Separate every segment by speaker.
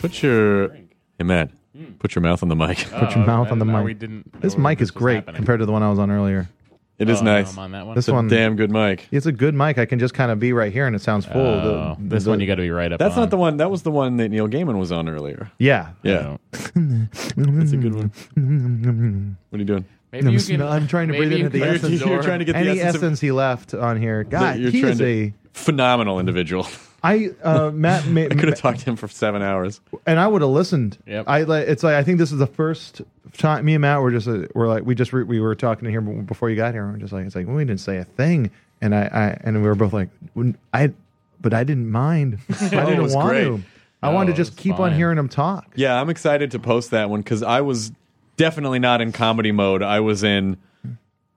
Speaker 1: Put your hey Matt, put your mouth on the mic.
Speaker 2: Put your mouth
Speaker 3: Uh,
Speaker 2: on the mic. this mic is great compared to the one I was on earlier.
Speaker 1: It is nice.
Speaker 3: I'm on that one.
Speaker 2: This
Speaker 1: It's a
Speaker 2: one,
Speaker 1: damn good mic.
Speaker 2: it's a good mic. I can just kind of be right here, and it sounds full. The-
Speaker 3: Oh, this
Speaker 2: the-
Speaker 3: one you got to be right up.
Speaker 1: That's
Speaker 3: on.
Speaker 1: not the one. That was the one that Neil Gaiman was on earlier.
Speaker 2: Yeah,
Speaker 1: Yeah, that's a good one. What are you doing?
Speaker 3: Maybe
Speaker 2: I'm
Speaker 3: you
Speaker 2: sm-
Speaker 3: can,
Speaker 2: I'm trying to
Speaker 3: maybe
Speaker 2: breathe
Speaker 3: you
Speaker 2: into the
Speaker 3: can
Speaker 1: You're,
Speaker 2: essence.
Speaker 3: use your-
Speaker 1: you're trying to get the
Speaker 2: Any
Speaker 1: essence,
Speaker 2: essence,
Speaker 1: of-
Speaker 2: he left on here, God,
Speaker 1: that you're
Speaker 2: he
Speaker 1: trying
Speaker 2: is
Speaker 1: to
Speaker 2: a.
Speaker 1: phenomenal individual.
Speaker 2: I uh, Matt, ma-
Speaker 1: I could have talked to him for seven hours.
Speaker 2: and I would have listened.
Speaker 3: Yep.
Speaker 2: I like it's like I think this is the first time me and Matt were just uh, we're like we just re- we were talking here before you got here. and We're just like it's like we didn't say a thing, and I, I and we were both like "Wouldn't- I, but I didn't mind. I
Speaker 1: Oh, it
Speaker 2: didn't
Speaker 1: was
Speaker 2: want
Speaker 1: great. Oh,
Speaker 2: to. I
Speaker 3: No,
Speaker 2: wanted
Speaker 3: it
Speaker 2: to just
Speaker 3: was
Speaker 2: keep on
Speaker 3: fine.
Speaker 2: hearing him talk.
Speaker 1: Yeah, I'm excited to post that one because I was definitely not in comedy mode. I was in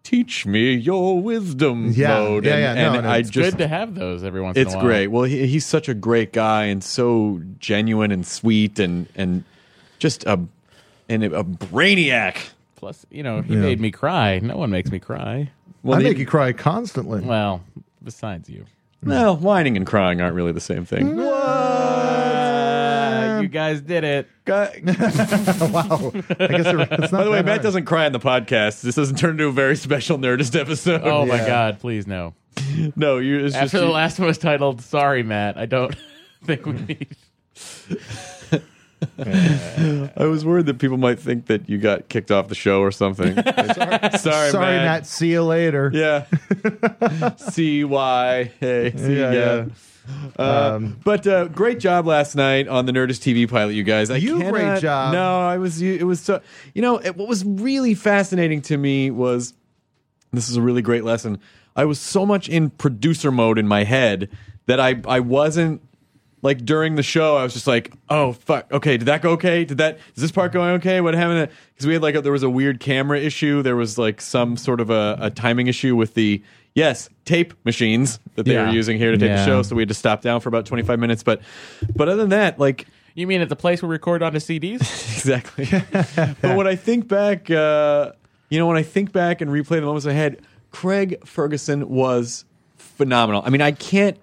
Speaker 1: teach me your wisdom
Speaker 2: Yeah,
Speaker 1: mode.
Speaker 2: yeah,
Speaker 1: and,
Speaker 2: yeah, no,
Speaker 1: and
Speaker 2: no,
Speaker 1: I
Speaker 2: it's
Speaker 1: just
Speaker 3: good to have those every once in
Speaker 1: It's
Speaker 3: a while.
Speaker 1: great. Well, he, he's such a great guy and so genuine and sweet and and just a and a brainiac.
Speaker 3: Plus, you know, he made me cry. No one makes me cry.
Speaker 1: Well,
Speaker 2: I
Speaker 1: the-
Speaker 2: make you cry constantly.
Speaker 3: Well, besides you.
Speaker 1: well, whining and crying aren't really the same thing.
Speaker 2: Um,
Speaker 3: Uh, you guys did it.
Speaker 1: By
Speaker 2: wow, I guess it- it's not.
Speaker 1: the way,
Speaker 2: that
Speaker 1: Matt
Speaker 2: hard.
Speaker 1: doesn't cry on the podcast. This doesn't turn into a very special Nerdist episode.
Speaker 3: Oh my God! Please no.
Speaker 1: no, you, it's
Speaker 3: After
Speaker 1: just
Speaker 3: the
Speaker 1: you-
Speaker 3: last one was titled "Sorry, Matt," I don't think we need.
Speaker 1: I was worried that people might think that you got kicked off the show or something. sorry, sorry,
Speaker 2: Sorry,
Speaker 1: Matt.
Speaker 2: Matt. See you later.
Speaker 1: Yeah. C Y A. See
Speaker 2: Yeah,
Speaker 1: ya.
Speaker 2: Um, yeah.
Speaker 1: Uh, but uh, great job last night on the Nerdist TV pilot, you guys. I
Speaker 2: You
Speaker 1: cannot-
Speaker 2: great job.
Speaker 1: No, I was. It was so. You know, it, what was really fascinating to me was this is a really great lesson. I was so much in producer mode in my head that I I wasn't like during the show I was just like, "Oh fuck. Okay, did that go okay? Did that is this part going okay? What happened?" Cuz we had like a, there was a weird camera issue, there was like some sort of a, a timing issue with the yes, tape machines that they
Speaker 3: Yeah.
Speaker 1: were using here to take the
Speaker 3: Yeah.
Speaker 1: show, so we had to stop down for about 25 minutes, but but other than that, like
Speaker 3: You mean at the place we record onto CDs?
Speaker 1: exactly. but when I think back, uh, you know, when I think back and replay the moments I had, Craig Ferguson was phenomenal. I mean, I can't,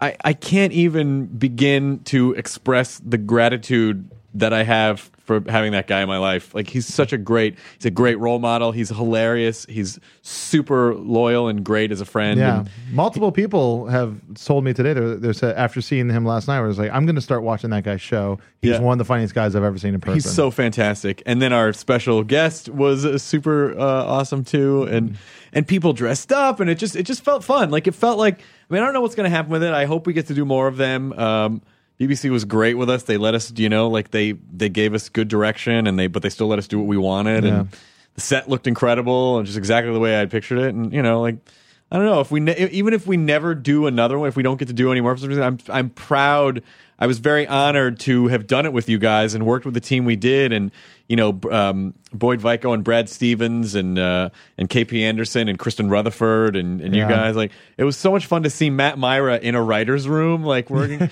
Speaker 1: I, I can't even begin to express the gratitude that I have for having that guy in my life. Like, he's such a great, he's a great role model. He's hilarious. He's super loyal and great as a friend.
Speaker 2: Yeah,
Speaker 1: And-
Speaker 2: multiple people have told me today. They're, they're sa- after seeing him last night, I was like, I'm going to start watching that guy's show. He's
Speaker 1: Yeah.
Speaker 2: one of the funniest guys I've ever seen in person.
Speaker 1: He's so fantastic. And then our special guest was uh, super uh, awesome too,
Speaker 2: Mm-hmm.
Speaker 1: and and people dressed up, and it just it just felt fun. Like it felt like I mean I don't know what's going to happen with it. I hope we get to do more of them. Um, BBC was great with us. They let us, you know, like they they gave us good direction, and they but they still let us do what we wanted. And
Speaker 2: Yeah.
Speaker 1: the set looked incredible, and just exactly the way I pictured it. And you know, like. e, I don't know if we ne- even if we never do another one, if we don't get to do any more for some reason, I'm I'm proud. I was very honored to have done it with you guys and worked with the team we did, and you know b- um, Boyd Vico and Brad Stevens and uh, and KP Anderson and Kristen Rutherford and, and
Speaker 2: Yeah.
Speaker 1: you guys. Like it was so much fun to see Matt Myra in a writer's room, like working,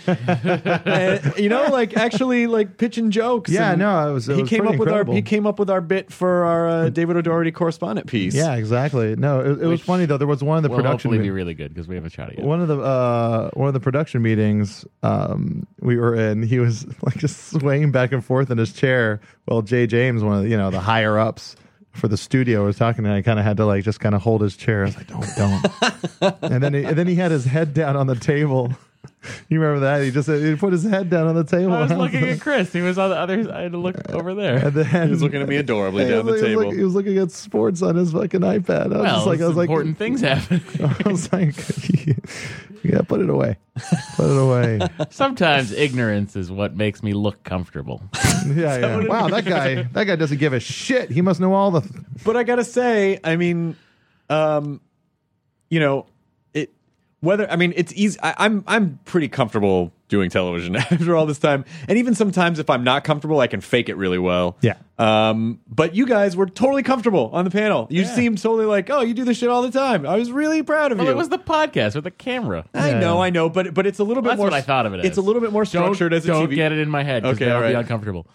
Speaker 1: and, you know, like actually like pitching jokes.
Speaker 2: Yeah,
Speaker 1: and
Speaker 2: no, it was- it
Speaker 1: he
Speaker 2: was
Speaker 1: came
Speaker 2: pretty
Speaker 1: up with
Speaker 2: incredible.
Speaker 1: our he came up with our bit for our uh, David O'Doherty correspondent piece.
Speaker 2: Yeah, exactly. No, it, it was
Speaker 3: Which
Speaker 2: funny though. There was one of the
Speaker 3: will
Speaker 2: production
Speaker 3: hopefully
Speaker 2: me-
Speaker 3: be really good because we haven't shot it yet.
Speaker 2: one of the uh, one of the production meetings um, we were in. He was like just swaying back and forth in his chair. Well, Jay James, one of the, you know the higher ups for the studio, was talking, and I kind of had to like just kind of hold his chair. I was like, don't, don't. and then he, and then he had his head down on the table. You remember that? He just he put his head down on the table.
Speaker 3: I was looking at Chris. He was on the other side. Look
Speaker 2: Uh,
Speaker 3: over there.
Speaker 2: And then
Speaker 1: He was looking at me adorably
Speaker 2: He was
Speaker 1: down the
Speaker 2: looking- he was
Speaker 1: table.
Speaker 2: looking- He was looking at sports on his fucking iPad. I was
Speaker 3: Well,
Speaker 2: just like, I was like,
Speaker 3: important things happen.
Speaker 2: I was like, yeah, put it away, put it away.
Speaker 3: Sometimes ignorance is what makes me look comfortable.
Speaker 2: Yeah, yeah. Wow, that guy, that guy doesn't give a shit. He must know all the. Th-
Speaker 1: but I gotta say, I mean, um, you know, it whether I mean it's easy. I, I'm I'm pretty comfortable doing television after all this time, and even sometimes if I'm not comfortable, I can fake it really well.
Speaker 2: Yeah.
Speaker 1: Um, but you guys were totally comfortable on the panel. You seemed totally like, oh, you do this shit all the time. I was really proud of
Speaker 3: Well,
Speaker 1: you.
Speaker 3: it was the podcast with the camera.
Speaker 1: I know, I know, but but it's a little bit
Speaker 3: That's
Speaker 1: more.
Speaker 3: what I thought of it.
Speaker 1: It's
Speaker 3: as.
Speaker 1: a little bit more structured
Speaker 3: don't,
Speaker 1: as a
Speaker 3: don't
Speaker 1: TV.
Speaker 3: get it in my head.
Speaker 1: Okay,
Speaker 3: Okay, that'll
Speaker 1: all
Speaker 3: be
Speaker 1: right.
Speaker 3: uncomfortable.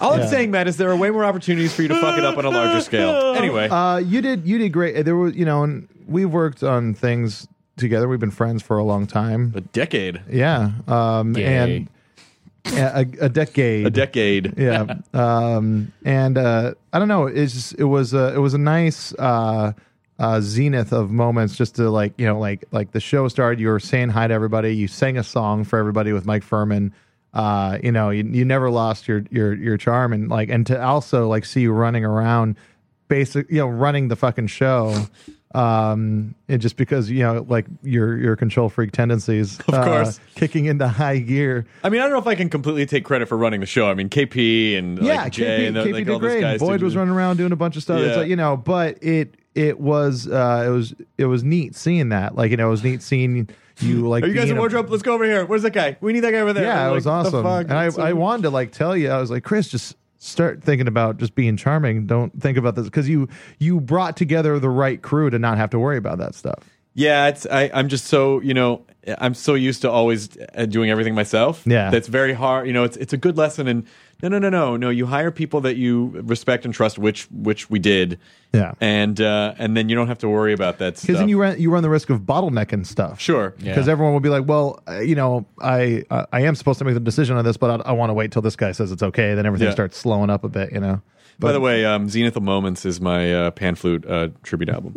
Speaker 1: All I'm
Speaker 2: Yeah.
Speaker 1: saying, Matt, is there are way more opportunities for you to fuck it up on a larger scale. Anyway,
Speaker 2: uh, you did, you did great. There was, you know, and we've worked on things together. We've been friends for a long time.
Speaker 1: a decade,
Speaker 2: Yeah, um,
Speaker 3: Gay.
Speaker 2: and a, a decade,
Speaker 1: a decade.
Speaker 2: yeah um and uh i don't know it's just, it was a it was a nice uh uh zenith of moments just to like you know like like the show started you were saying hi to everybody you sang a song for everybody with mike furman uh you know you, you never lost your your your charm and like and to also like see you running around basic you know running the fucking show um and just because you know like your your control freak tendencies of
Speaker 1: course.
Speaker 2: kicking into high gear
Speaker 1: I mean, I don't know if I can completely take credit for running the show. I mean, KP and like,
Speaker 2: yeah,
Speaker 1: Jay
Speaker 2: KP,
Speaker 1: and uh, like,
Speaker 2: KP
Speaker 1: all
Speaker 2: did
Speaker 1: those
Speaker 2: great.
Speaker 1: guys.
Speaker 2: Boyd
Speaker 1: did-
Speaker 2: was running around doing a bunch of stuff. It's
Speaker 1: Yeah.
Speaker 2: like, you know, but it it was uh it was it was neat seeing that. Like you know, it was neat seeing you like.
Speaker 1: Are you guys
Speaker 2: being
Speaker 1: in
Speaker 2: a-
Speaker 1: wardrobe? Let's go over here. Where's that guy? We need that guy over there.
Speaker 2: Yeah,
Speaker 1: I'm
Speaker 2: it was
Speaker 1: like, "What the
Speaker 2: awesome.
Speaker 1: fuck?"
Speaker 2: And I
Speaker 1: That's so-
Speaker 2: I wanted to like tell you, I was like, Chris, just start thinking about just being charming. Don't think about this because you you brought together the right crew to not have to worry about that stuff.
Speaker 1: yeah, it's I, I'm just so you know I'm so used to always uh, doing everything myself.
Speaker 2: Yeah.
Speaker 1: that's very hard. You know, it's it's a good lesson. And no, no, no, no, no. You hire people that you respect and trust, which which we did.
Speaker 2: Yeah.
Speaker 1: and uh, and then you don't have to worry about that stuff.
Speaker 2: Because then you run you run the risk of bottlenecking stuff.
Speaker 1: sure.
Speaker 3: Yeah.
Speaker 2: because everyone will be like, "Well, uh, you know, I I I am supposed to make the decision on this, but I, I want to wait till this guy says it's okay." Then everything
Speaker 1: Yeah.
Speaker 2: starts slowing up a bit, you know.
Speaker 1: By the way, um, Zenithal Moments is my uh, pan flute uh, tribute album.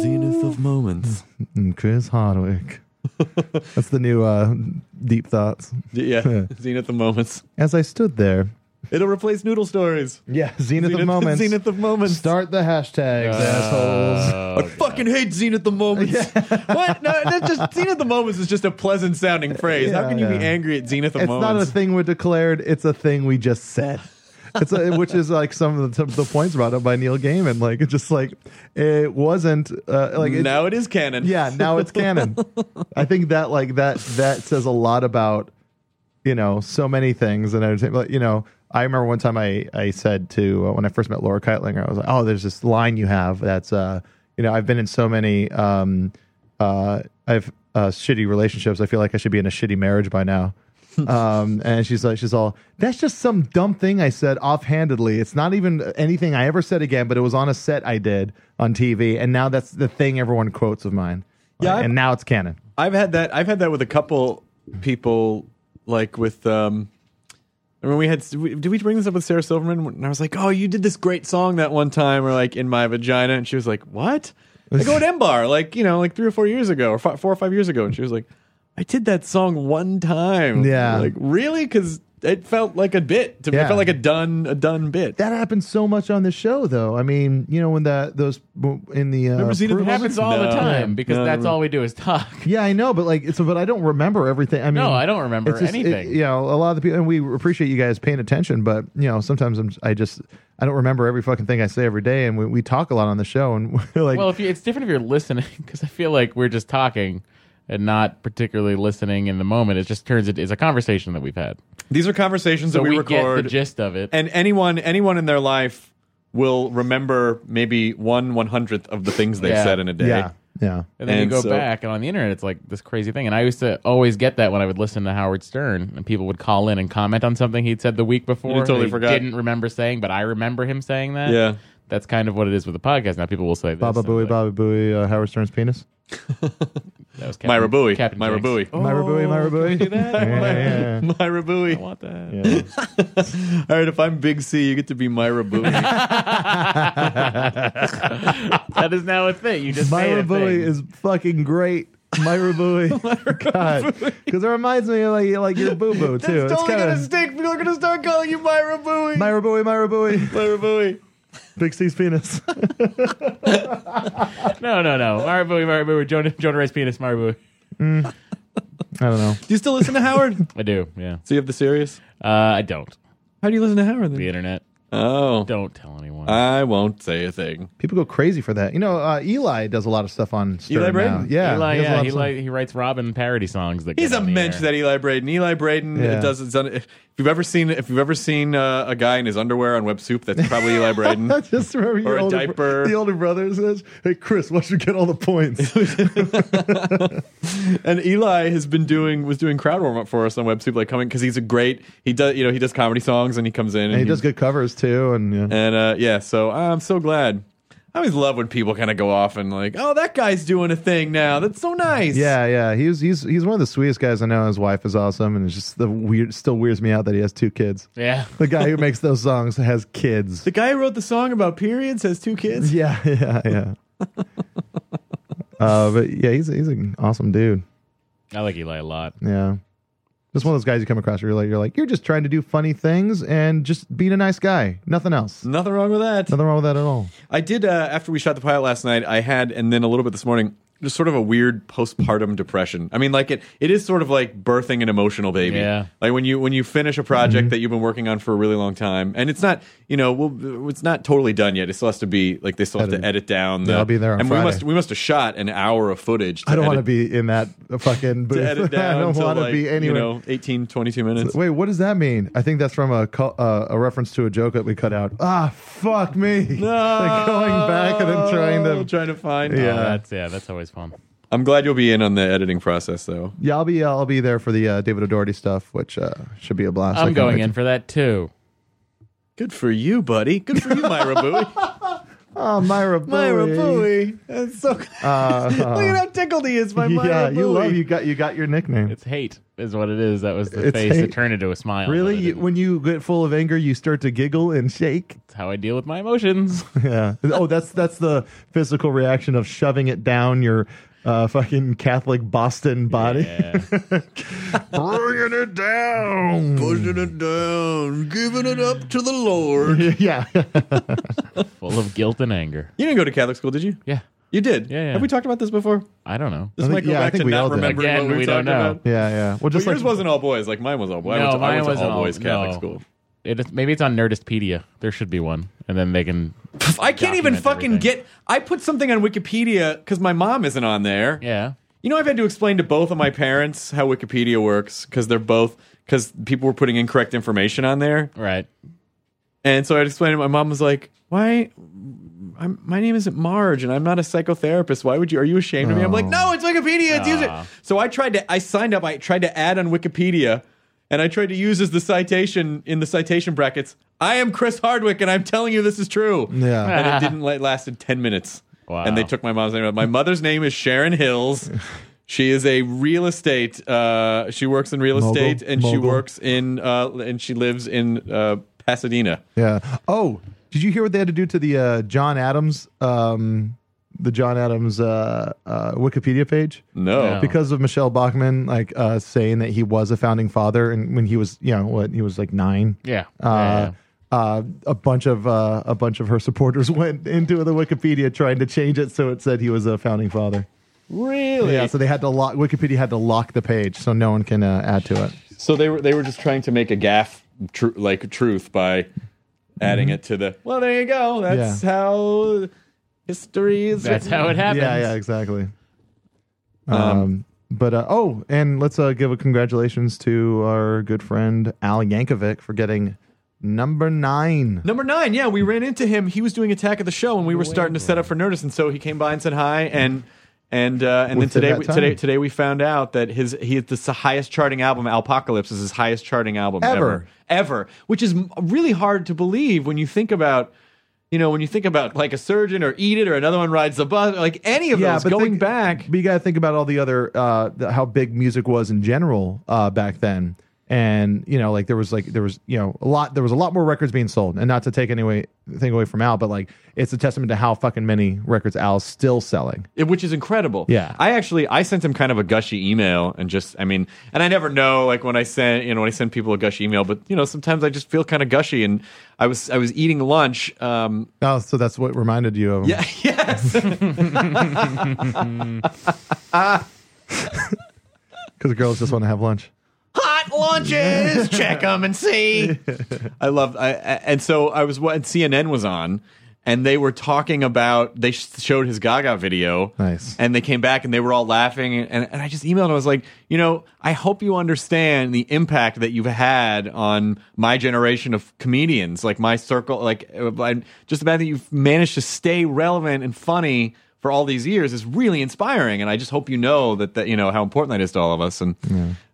Speaker 1: Zenith of Moments.
Speaker 2: Mm, Chris Hardwick, that's the new uh, deep thoughts.
Speaker 1: Yeah, Zenith of Moments.
Speaker 2: As I stood there,
Speaker 1: It'll replace Noodle Stories.
Speaker 2: yeah, zenith, of moments.
Speaker 1: Zenith of Moments. Uh,
Speaker 2: Start the hashtags, assholes.
Speaker 1: I fucking hate Zenith of Moments. what? No, that's just Zenith of Moments is just a pleasant sounding phrase. How
Speaker 2: Yeah,
Speaker 1: can you
Speaker 2: yeah.
Speaker 1: be angry at Zenith of
Speaker 2: It's not a
Speaker 1: Moments?
Speaker 2: thing we declared. It's a thing we just said. It's a, which is like some of the, the points brought up by Neil Gaiman. Like it's just like it wasn't uh, like it,
Speaker 1: now it is canon.
Speaker 2: Yeah, now it's canon. I think that like that that says a lot about you know so many things and everything. Like you know, I remember one time I I said to uh, when I first met Laura Keitlinger, I was like, oh, there's this line you have that's uh you know I've been in so many um uh I've uh shitty relationships. I feel like I should be in a shitty marriage by now. um and she's like she's all that's just some dumb thing I said offhandedly. It's not even anything I ever said again, but it was on a set I did on TV, and now that's the thing everyone quotes of mine.
Speaker 1: Yeah,
Speaker 2: Like,
Speaker 1: I-
Speaker 2: and now it's canon.
Speaker 1: I've had that. I've had that with a couple people, like with. um I mean, we had. Did we bring this up with Sarah Silverman? And I was like, "Oh, you did this great song that one time," or like "In My Vagina," and she was like, "What?" Like go at M Bar, like you know, like three or four years ago, or fi- four or five years ago, and she was like, "I did that song one time."
Speaker 2: Yeah.
Speaker 1: like really, because it felt like a bit. To me. It
Speaker 2: Yeah.
Speaker 1: felt like a done, a done bit.
Speaker 2: That happens so much on the show, though. I mean, you know, when the those in the uh,
Speaker 1: Remember Zenith
Speaker 2: Bruce-
Speaker 3: It happens all the
Speaker 1: No.
Speaker 3: time because
Speaker 1: No,
Speaker 3: that's
Speaker 1: no.
Speaker 3: all we do is talk.
Speaker 2: Yeah, I know, but like, it's but I don't remember everything. I mean,
Speaker 3: No, I don't remember
Speaker 2: it's just- it-
Speaker 3: anything.
Speaker 2: you know, a lot of the people, and we appreciate you guys paying attention, but you know, sometimes I'm, I just I don't remember every fucking thing I say every day, and we, we talk a lot on the show, and we're like,
Speaker 3: Well, if you, it's different if you're listening because I feel like we're just talking and not particularly listening in the moment. It just turns it is a conversation that we've had.
Speaker 1: These are conversations
Speaker 3: So
Speaker 1: that we,
Speaker 3: we, get the
Speaker 1: record,
Speaker 3: gist of it.
Speaker 1: and anyone anyone in their life will remember maybe one one hundredth of the things they
Speaker 3: Yeah.
Speaker 1: said in a day.
Speaker 2: Yeah. Yeah.
Speaker 3: And then
Speaker 1: And
Speaker 3: you go
Speaker 1: so-
Speaker 3: back, and on the internet, it's like this crazy thing. And I used to always get that when I would listen to Howard Stern, and people would call in and comment on something he'd said the week before.
Speaker 1: You totally
Speaker 3: that he
Speaker 1: forgot.
Speaker 3: Didn't remember saying, but I remember him saying that.
Speaker 1: Yeah.
Speaker 3: that's kind of what it is with the podcast. Now people will say, this,
Speaker 2: Baba
Speaker 3: and
Speaker 2: Booey,
Speaker 3: like,
Speaker 2: Baba Booey, uh, Howard Stern's penis.
Speaker 3: that was Captain,
Speaker 1: Myra Bowie.
Speaker 3: Captain
Speaker 1: Myra
Speaker 3: Jinx.
Speaker 1: Bowie.
Speaker 2: Myra Booey, Myra Booey.
Speaker 1: Do that?
Speaker 2: Yeah, yeah,
Speaker 1: Myra Bowie.
Speaker 3: I want that.
Speaker 2: yeah. Yeah.
Speaker 1: All right, if I'm Big C, you get to be Myra Bowie.
Speaker 3: That is now a thing. You just made
Speaker 2: Myra
Speaker 3: a
Speaker 2: Bowie
Speaker 3: thing.
Speaker 2: is fucking great. Myra Bowie, God, because it reminds me of like, like your boo boo too.
Speaker 1: It's totally
Speaker 2: kinda-
Speaker 1: gonna stick. People are gonna start calling you Myra Bowie.
Speaker 2: Myra Bowie, Myra Bowie,
Speaker 1: Myra Bowie.
Speaker 2: Big C's penis.
Speaker 3: no, no, no. Myra Bowie, Myra Bowie, Jonah, Jonah Rice penis, Myra Bowie.
Speaker 2: I don't know.
Speaker 1: Do you still listen to Howard? Do
Speaker 3: I do. Yeah.
Speaker 1: you have the serious?
Speaker 3: Uh, I don't.
Speaker 1: How do you listen to Howard
Speaker 3: The
Speaker 1: then?
Speaker 3: internet.
Speaker 1: Oh,
Speaker 3: Don't tell anyone.
Speaker 1: I won't say a thing.
Speaker 2: People go crazy for that. You know, uh, Eli does a lot of stuff on Stern
Speaker 1: Eli Braden?
Speaker 2: now. Yeah, does
Speaker 3: Eli,
Speaker 2: a lot
Speaker 3: yeah,
Speaker 2: of
Speaker 3: he,
Speaker 2: stuff.
Speaker 3: like, he writes Robin parody songs. That
Speaker 1: He's
Speaker 3: get
Speaker 1: a
Speaker 3: on the
Speaker 1: mensch,
Speaker 3: air.
Speaker 1: that Eli Braden. Eli Braden
Speaker 2: Yeah.
Speaker 1: it does. It's un- if you've ever seen, if you've ever seen uh, a guy in his underwear on Web Soup, that's probably Eli Braden.
Speaker 2: I just remember your
Speaker 1: a
Speaker 2: older,
Speaker 1: diaper.
Speaker 2: The older brother says, "Hey, Chris, why don't you get all the points?"
Speaker 1: and Eli has been doing was doing crowd warm up for us on Web Soup, like coming because he's a great. He does, you know, he does comedy songs and he comes in and,
Speaker 2: and he does good covers too. And yeah.
Speaker 1: And uh, yeah, so I'm so glad. I always love when people kind of go off and like, oh, that guy's doing a thing now. That's so nice.
Speaker 2: Yeah, yeah. He's he's he's one of the sweetest guys I know. His wife is awesome, and it's just the weird. Still weirds me out that he has two kids.
Speaker 3: Yeah.
Speaker 2: The guy who makes those songs has kids.
Speaker 1: The guy who wrote the song about periods has two kids.
Speaker 2: Yeah, yeah, yeah. uh, but yeah, he's he's an awesome dude.
Speaker 3: I like Eli a lot.
Speaker 2: Yeah, just one of those guys you come across. Where you're like, you're like, you're just trying to do funny things and just being a nice guy. Nothing else.
Speaker 1: Nothing wrong with that.
Speaker 2: Nothing wrong with that at all.
Speaker 1: I did uh, after we shot the pilot last night. I had, and then a little bit this morning, just sort of a weird postpartum depression. I mean, like it, it is sort of like birthing an emotional baby.
Speaker 3: Yeah.
Speaker 1: Like when you when you finish a project
Speaker 2: Mm-hmm.
Speaker 1: that you've been working on for a really long time, and it's not, you know, we'll, it's not totally done yet. It still has to be like they still have
Speaker 2: Edited.
Speaker 1: to edit down. The,
Speaker 2: Yeah, I'll be there on
Speaker 1: and we
Speaker 2: Friday.
Speaker 1: must we must have shot an hour of footage. To
Speaker 2: I don't want
Speaker 1: edit-
Speaker 2: to be in that fucking booth.
Speaker 1: to edit down.
Speaker 2: I don't
Speaker 1: to,
Speaker 2: want to
Speaker 1: like,
Speaker 2: be anywhere.
Speaker 1: You know, 18, 22 minutes.
Speaker 2: Wait, what does that mean? I think that's from a co- uh, a reference to a joke that we cut out. Ah, fuck me! Like going back and then trying
Speaker 1: Oh,
Speaker 2: to.
Speaker 1: trying to find.
Speaker 3: Oh,
Speaker 2: Yeah.
Speaker 3: that's yeah, that's always fun.
Speaker 1: I'm glad you'll be in on the editing process, though.
Speaker 2: yeah, I'll be I'll be there for the uh, David O'Doherty stuff, which uh, should be a blast. I
Speaker 3: I'm
Speaker 2: can't
Speaker 3: going
Speaker 2: wait
Speaker 3: in
Speaker 2: to-
Speaker 3: for that too.
Speaker 1: Good for you, buddy. Good for you, Myra Bowie.
Speaker 2: Oh, Myra Bowie.
Speaker 1: Myra Bowie. That's so. Look at how tickled he is by
Speaker 2: Uh, yeah,
Speaker 1: Myra
Speaker 2: you
Speaker 1: Bowie.
Speaker 2: love you got you got your nickname.
Speaker 3: It's hate is what it is. That was the
Speaker 2: It's
Speaker 3: face
Speaker 2: hate.
Speaker 3: that turned into a smile.
Speaker 2: really,
Speaker 3: but it
Speaker 2: you,
Speaker 3: didn't.
Speaker 2: when you get full of anger, you start to giggle and shake.
Speaker 3: It's how I deal with my emotions.
Speaker 2: Yeah. Oh, that's that's the physical reaction of shoving it down your uh, fucking Catholic Boston body.
Speaker 3: Yeah.
Speaker 2: Bringing it down.
Speaker 1: Pushing it down, giving it up to the Lord.
Speaker 2: Yeah.
Speaker 3: Full of guilt and anger.
Speaker 1: You didn't go to Catholic school, did you?
Speaker 3: Yeah.
Speaker 1: You did.
Speaker 3: Yeah, yeah.
Speaker 1: Have we talked about this before?
Speaker 3: I don't know.
Speaker 1: This
Speaker 2: I think-
Speaker 1: might go
Speaker 2: yeah, I
Speaker 1: back
Speaker 2: think
Speaker 1: to
Speaker 2: we all
Speaker 1: not
Speaker 2: did.
Speaker 1: remembering
Speaker 3: Again,
Speaker 1: what we,
Speaker 3: we
Speaker 1: talked
Speaker 3: don't know.
Speaker 1: about.
Speaker 2: Yeah, yeah. Well,
Speaker 1: But
Speaker 2: just
Speaker 1: yours
Speaker 2: like
Speaker 1: wasn't all boys. Like mine was all boys. I
Speaker 3: No,
Speaker 1: went to, I
Speaker 3: mine
Speaker 1: went to
Speaker 3: wasn't
Speaker 1: all
Speaker 3: all-
Speaker 1: boys Catholic
Speaker 3: no.
Speaker 1: school.
Speaker 3: It is, maybe it's on Nerdistpedia. There should be one, and then they can.
Speaker 1: I can't even
Speaker 3: Document
Speaker 1: fucking
Speaker 3: everything.
Speaker 1: get. I put something on Wikipedia because my mom isn't on there.
Speaker 3: Yeah.
Speaker 1: You know, I've had to explain to both of my parents how Wikipedia works because they're both because people were putting incorrect information on there,
Speaker 3: Right.
Speaker 1: and so I explained. It. My mom was like, "Why? I'm, my name isn't Marge, and I'm not a psychotherapist. Why would you? Are you ashamed of me?" I'm like, "No, it's Wikipedia. It's use it." So I tried to. I signed up. I tried to add on Wikipedia, and I tried to use as the citation in the citation brackets. I am Chris Hardwick, and I'm telling you this is true.
Speaker 2: Yeah.
Speaker 1: and it didn't la- lasted ten minutes.
Speaker 3: Wow.
Speaker 1: And they took my mom's name. out. My mother's name is Sharon Hills. She is a real estate. Uh, she works in real
Speaker 2: Mogul.
Speaker 1: estate, and she
Speaker 2: Mogul.
Speaker 1: works in uh, and she lives in uh, Pasadena.
Speaker 2: yeah. Oh, did you hear what they had to do to the uh, John Adams um the John Adams uh, uh Wikipedia page?
Speaker 1: No,
Speaker 3: No.
Speaker 2: Because of Michelle Bachman like uh saying that he was a founding father and when he was, you know, what, he was like 9.
Speaker 3: Yeah.
Speaker 2: Uh, uh, a bunch of uh, a bunch of her supporters went into the Wikipedia trying to change it so it said he was a founding father.
Speaker 1: really.
Speaker 2: Yeah, so they had to lock Wikipedia had to lock the page so no one can uh, add to it.
Speaker 1: So they were they were just trying to make a gaff tr- like truth by adding it to the. Well, there you go. That's
Speaker 2: Yeah.
Speaker 1: how history is.
Speaker 3: That's
Speaker 1: written.
Speaker 3: how it happens.
Speaker 2: Yeah, yeah, exactly. Um, But uh, oh, and let's uh, give a congratulations to our good friend Al Yankovic for getting number nine.
Speaker 1: Number nine, yeah, we ran into him. He was doing Attack of the Show, and we were starting to set up for Nerdist, and so he came by and said hi, and and uh, and then
Speaker 2: Within
Speaker 1: today
Speaker 2: that
Speaker 1: we,
Speaker 2: time.
Speaker 1: today today we found out that his he is the highest charting album. Apocalypse is his highest charting album
Speaker 2: Ever.
Speaker 1: ever, ever, which is m- really hard to believe when you think about. You know, when you think about like a surgeon or Eat It or another one rides the bus, like any of those going
Speaker 2: think-
Speaker 1: back.
Speaker 2: But you got to think about all the other uh, the, how big music was in general uh, back then, and you know, like there was like there was you know a lot there was a lot more records being sold, and not to take any way thing away from Al, but like it's a testament to how fucking many records Al's still selling.
Speaker 1: it- which is incredible.
Speaker 2: Yeah.
Speaker 1: I actually I sent him kind of a gushy email and just I mean, and I never know like when I send you know when I send people a gushy email, but you know sometimes I just feel kind of gushy and I was I was eating lunch. Um,
Speaker 2: Oh, so that's what reminded you of him.
Speaker 1: yeah, yes,
Speaker 2: because girls just want to have lunch.
Speaker 1: hot lunches. Check them and see. I love I, I and so I was and CNN was on. And they were talking about they sh- showed his Gaga video,
Speaker 2: Nice.
Speaker 1: And they came back and they were all laughing. And, and I just emailed him. I was like, you know, I hope you understand the impact that you've had on my generation of comedians, like my circle. Like, uh, I- just the fact that you've managed to stay relevant and funny for all these years is really inspiring. And I just hope you know that, that you know, how important that is to all of us. And,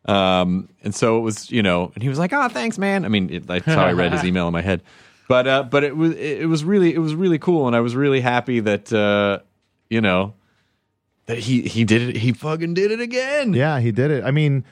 Speaker 1: um, and so it was, you know, and he was like, oh, thanks, man. I mean, it, that's how I read his email in my head. But, uh, but it was, it it was really, it was really cool. And I was really happy that, uh, you know, that he he did it he fucking did it again
Speaker 2: Yeah, he did it. I mean,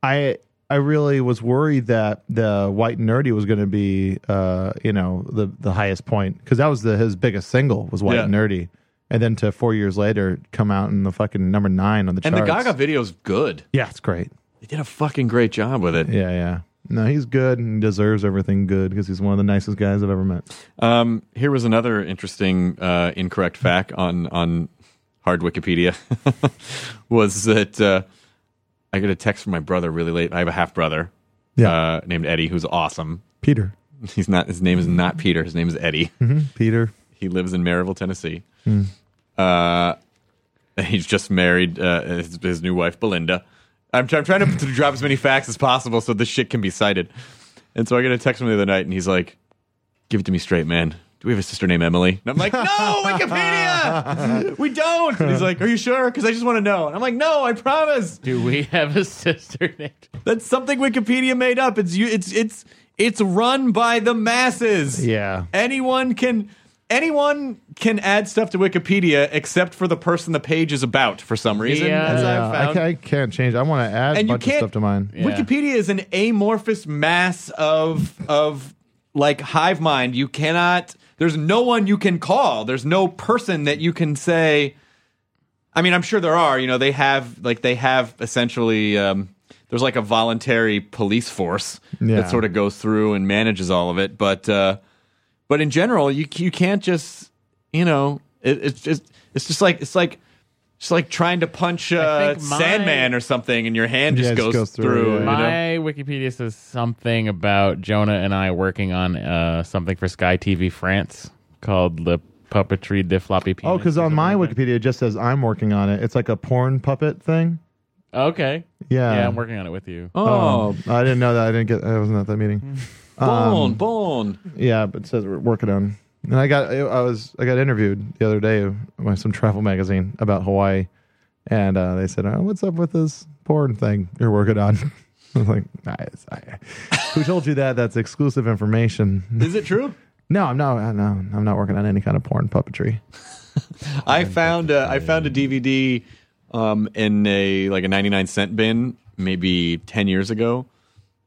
Speaker 2: I I really was worried that the white and nerdy was going to be uh, you know, the the highest point cuz that was the his biggest single was white
Speaker 1: Yeah.
Speaker 2: and nerdy. And then to 4 years later come out in the fucking number 9 on the
Speaker 1: and
Speaker 2: charts.
Speaker 1: the gaga video's good
Speaker 2: Yeah, it's great.
Speaker 1: they did a fucking great job with it
Speaker 2: Yeah, yeah. No, he's good and deserves everything good because he's one of the nicest guys I've ever met.
Speaker 1: um here was another interesting uh incorrect fact on on hard wikipedia was that uh i got a text from my brother really late i have a half brother
Speaker 2: Yeah.
Speaker 1: uh named eddie who's awesome
Speaker 2: Peter.
Speaker 1: he's not his name is not peter his name is eddie
Speaker 2: Peter.
Speaker 1: He lives in Maryville, Tennessee. Uh, and he's just married uh, his, his new wife, Belinda. I'm, try- I'm trying to, to drop as many facts as possible so this shit can be cited. And so I get a text from the other night, and he's like, "Give it to me straight, man. Do we have a sister named Emily?" And I'm like, "No, Wikipedia, we don't." And he's like, "Are you sure?" Because I just want to know. And I'm like, "No, I promise.
Speaker 3: Do we have a sister named?
Speaker 1: That's something Wikipedia made up. It's you. It's it's it's run by the masses."
Speaker 2: Yeah.
Speaker 1: anyone can anyone can add stuff to Wikipedia except for the person the page is about for some reason.
Speaker 3: Yeah.
Speaker 1: as
Speaker 2: yeah,
Speaker 1: I've
Speaker 2: Uh, I,
Speaker 1: found.
Speaker 2: ca- I can't change. I want to add a
Speaker 1: and you
Speaker 2: bunch of
Speaker 1: can't
Speaker 2: stuff to mine.
Speaker 3: Yeah.
Speaker 1: Wikipedia is an amorphous mass of of like hive mind. You cannot there's no one you can call. There's no person that you can say I mean, I'm sure there are, you know, they have like they have essentially um there's like a voluntary police force
Speaker 2: Yeah.
Speaker 1: that sort of goes through and manages all of it, but uh but in general, you you can't just, you know, it, it's just it's just like it's like it's like trying to punch uh,
Speaker 3: think my-
Speaker 1: Sandman or something, and your hand
Speaker 2: Yeah,
Speaker 1: just,
Speaker 2: it just
Speaker 1: goes,
Speaker 2: goes through,
Speaker 1: through.
Speaker 2: yeah.
Speaker 1: you know?
Speaker 3: My Wikipedia says something about Jonah and I working on uh, something for Sky TV France called the puppetry de floppy penis.
Speaker 2: Oh, because
Speaker 3: or
Speaker 2: on my
Speaker 3: something like
Speaker 2: Wikipedia it just says I'm working on it. It's like a porn puppet thing.
Speaker 3: that. Okay.
Speaker 2: Yeah.
Speaker 3: yeah, I'm working on it with you.
Speaker 1: Oh,
Speaker 2: I didn't know that. I didn't get. I wasn't at that meeting.
Speaker 1: bone,
Speaker 2: Um,
Speaker 1: bone.
Speaker 2: Yeah, but it says we're working on. And I got. I was. I got interviewed the other day by some travel magazine about Hawaii, and uh, they said, oh, "What's up with this porn thing you're working on?" I was like, "I- it's- I- "Who told you that? That's exclusive information."
Speaker 1: Is it true?
Speaker 2: No, I'm not. No, I'm not working on any kind of porn puppetry.
Speaker 1: I found uh, I found a DVD um, in a like a 99 cent bin maybe 10 years ago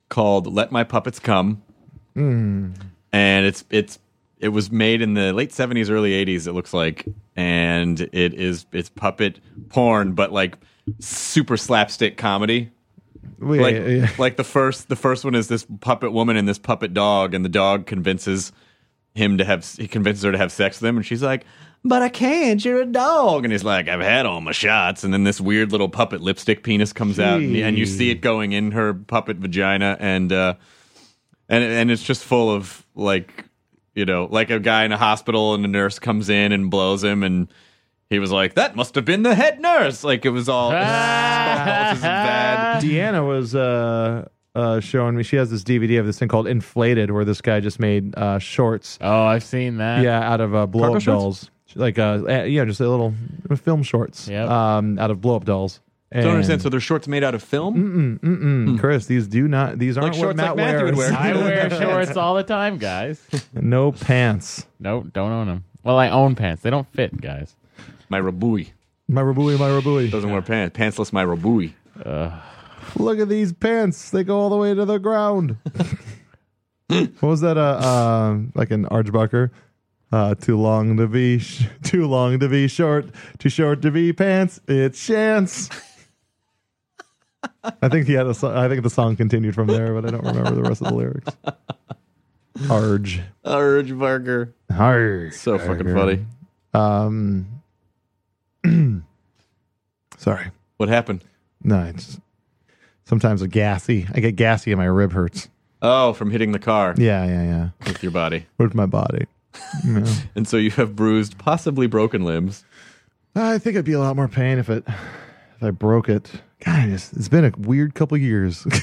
Speaker 1: called "Let My Puppets Come," and it's it's it was made in the late 70s, early 80s. It looks like, and it is it's puppet porn, but like super slapstick comedy.
Speaker 2: We,
Speaker 1: like
Speaker 2: yeah.
Speaker 1: like the first the first one is this puppet woman and this puppet dog and the dog convinces him to have he convinces her to have sex with him and she's like but i can't you're a dog and he's like i've had all my shots and then this weird little puppet lipstick penis comes out and, and you see it going in her puppet vagina and uh and and it's just full of like you know like a guy in a hospital and a nurse comes in and blows him and he was like, "That must have been the head nurse." Like it was all this is bad.
Speaker 2: Deanna was uh, uh, showing me. She has this DVD of this thing called Inflated, where this guy just made uh, shorts.
Speaker 3: Oh, I've seen that.
Speaker 2: Yeah, out of uh, blow up
Speaker 4: shorts?
Speaker 2: dolls. Like uh, eh, yeah, just a little film shorts.
Speaker 3: Yep.
Speaker 2: Um, out of blow up dolls. And,
Speaker 4: Don't understand. So their shorts made out of film.
Speaker 2: mm, Chris, these do not. These aren't
Speaker 4: shorts
Speaker 2: what Matt
Speaker 4: like Matthew would
Speaker 2: wears.
Speaker 4: wear.
Speaker 3: I wear shorts all the time, guys.
Speaker 2: no pants.
Speaker 3: Nope, don't own them. Well, I own pants. They don't fit, guys.
Speaker 1: My Rabui
Speaker 2: My rabui, my rabui.
Speaker 1: doesn't wear pants. Pantsless my Rabui.
Speaker 2: Look at these pants. They go all the way to the ground. what was that? Uh, uh, like an Archbucker? Uh, too long to be, sh- too long to be short, too short to be pants. It's chance. I think he had a. So- I think the song continued from there, but I don't remember the rest of the lyrics. Arge,
Speaker 1: Uh, Urge Burger.
Speaker 2: Arge.
Speaker 1: So fucking funny.
Speaker 2: Um, sorry.
Speaker 1: What happened?
Speaker 2: No, it's sometimes a gassy. I get gassy and my rib hurts.
Speaker 1: Oh, from hitting the car
Speaker 2: Yeah, yeah, yeah.
Speaker 1: with your body.
Speaker 2: With my body. Yeah.
Speaker 1: And so you have bruised, possibly broken limbs.
Speaker 2: I think it'd be a lot more pain if it if I broke it. God, it's, it's been a weird couple years.